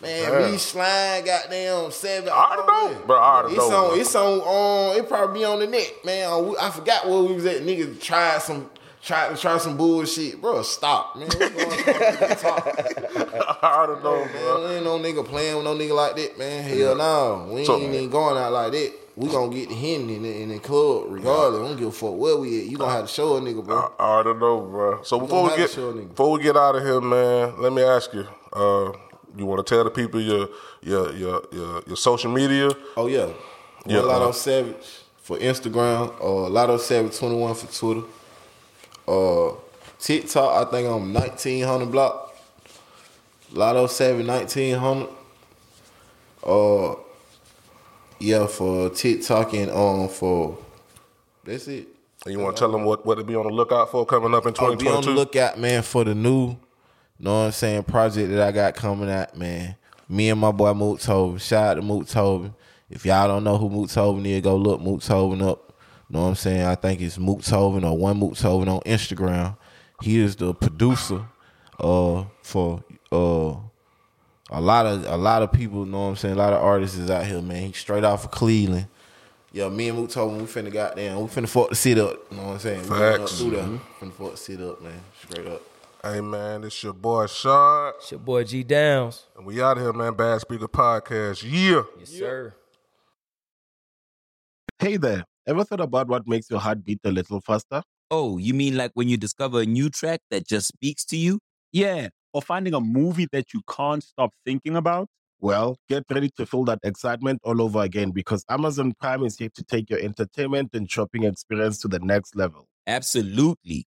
S3: Man,
S1: Damn.
S3: we slime, goddamn seven.
S1: I already
S3: all
S1: know.
S3: that.
S1: Bro, I already
S3: it's
S1: know,
S3: On,
S1: bro.
S3: it's on. Um, it probably be on the net, man. Uh, we- I forgot where we was at. Niggas tried some, tried to try some bullshit, bro. Stop, man. What's going on? Talk.
S1: I already know,
S3: Man,
S1: bro.
S3: we ain't no nigga playing with no nigga like that, man. Hell no. We ain't
S1: So-
S3: even going out like that. We gonna get the hen in the, in the club regardless. I don't give a fuck where we at. You gonna have to show a nigga, bro.
S1: I already know, bro. So before
S3: gonna have
S1: we get
S3: to show a nigga.
S1: before we get out of here, man, let me ask you. Uh, you want to tell the people your your your your, your social media?
S3: Oh yeah.
S1: Yeah,
S3: Yeah. Lotto
S1: uh,
S3: Savage for Instagram. Uh Lotto Savage twenty one for Twitter. Uh TikTok, I think I'm nineteen hundred block. Lotto Savage nineteen hundred. Uh yeah, for TikTok and um for that's it.
S1: And you want to tell them what what to be on the lookout for coming up in
S3: Oh, be on the
S1: 2022?
S3: lookout, man, for the new, know what I'm saying, project that I got coming out, man. Me and my boy Moot Tobin. Shout out to Moot Tobin. If y'all don't know who Moot Tobin is, go look Moot Tobin up. Know what I'm saying? I think it's Moot Tobin or one Moot Tobin on Instagram. He is the producer uh for uh a lot of a lot of people, know what I'm saying? A lot of artists is out here, man. He straight off of Cleveland. Yeah, me and Moot Tobin, we finna goddamn, we finna fuck the city up. Know what I'm saying? We finna
S1: Facts.
S3: do that. Finna fuck the city up, man. Straight up.
S1: Hey, man, it's your boy Sean,
S2: It's your boy G Downs.
S1: and we out of here, man. Bad Speaker Podcast, yeah.
S2: Yes, sir.
S4: Hey there, ever thought about what makes your heart beat a little faster?
S5: Oh, you mean like when you discover a new track that just speaks to you?
S6: Yeah. Or finding a movie that you can't stop thinking about.
S4: Well, get ready to feel that excitement all over again because Amazon Prime is here to take your entertainment and shopping experience to the next level.
S5: Absolutely.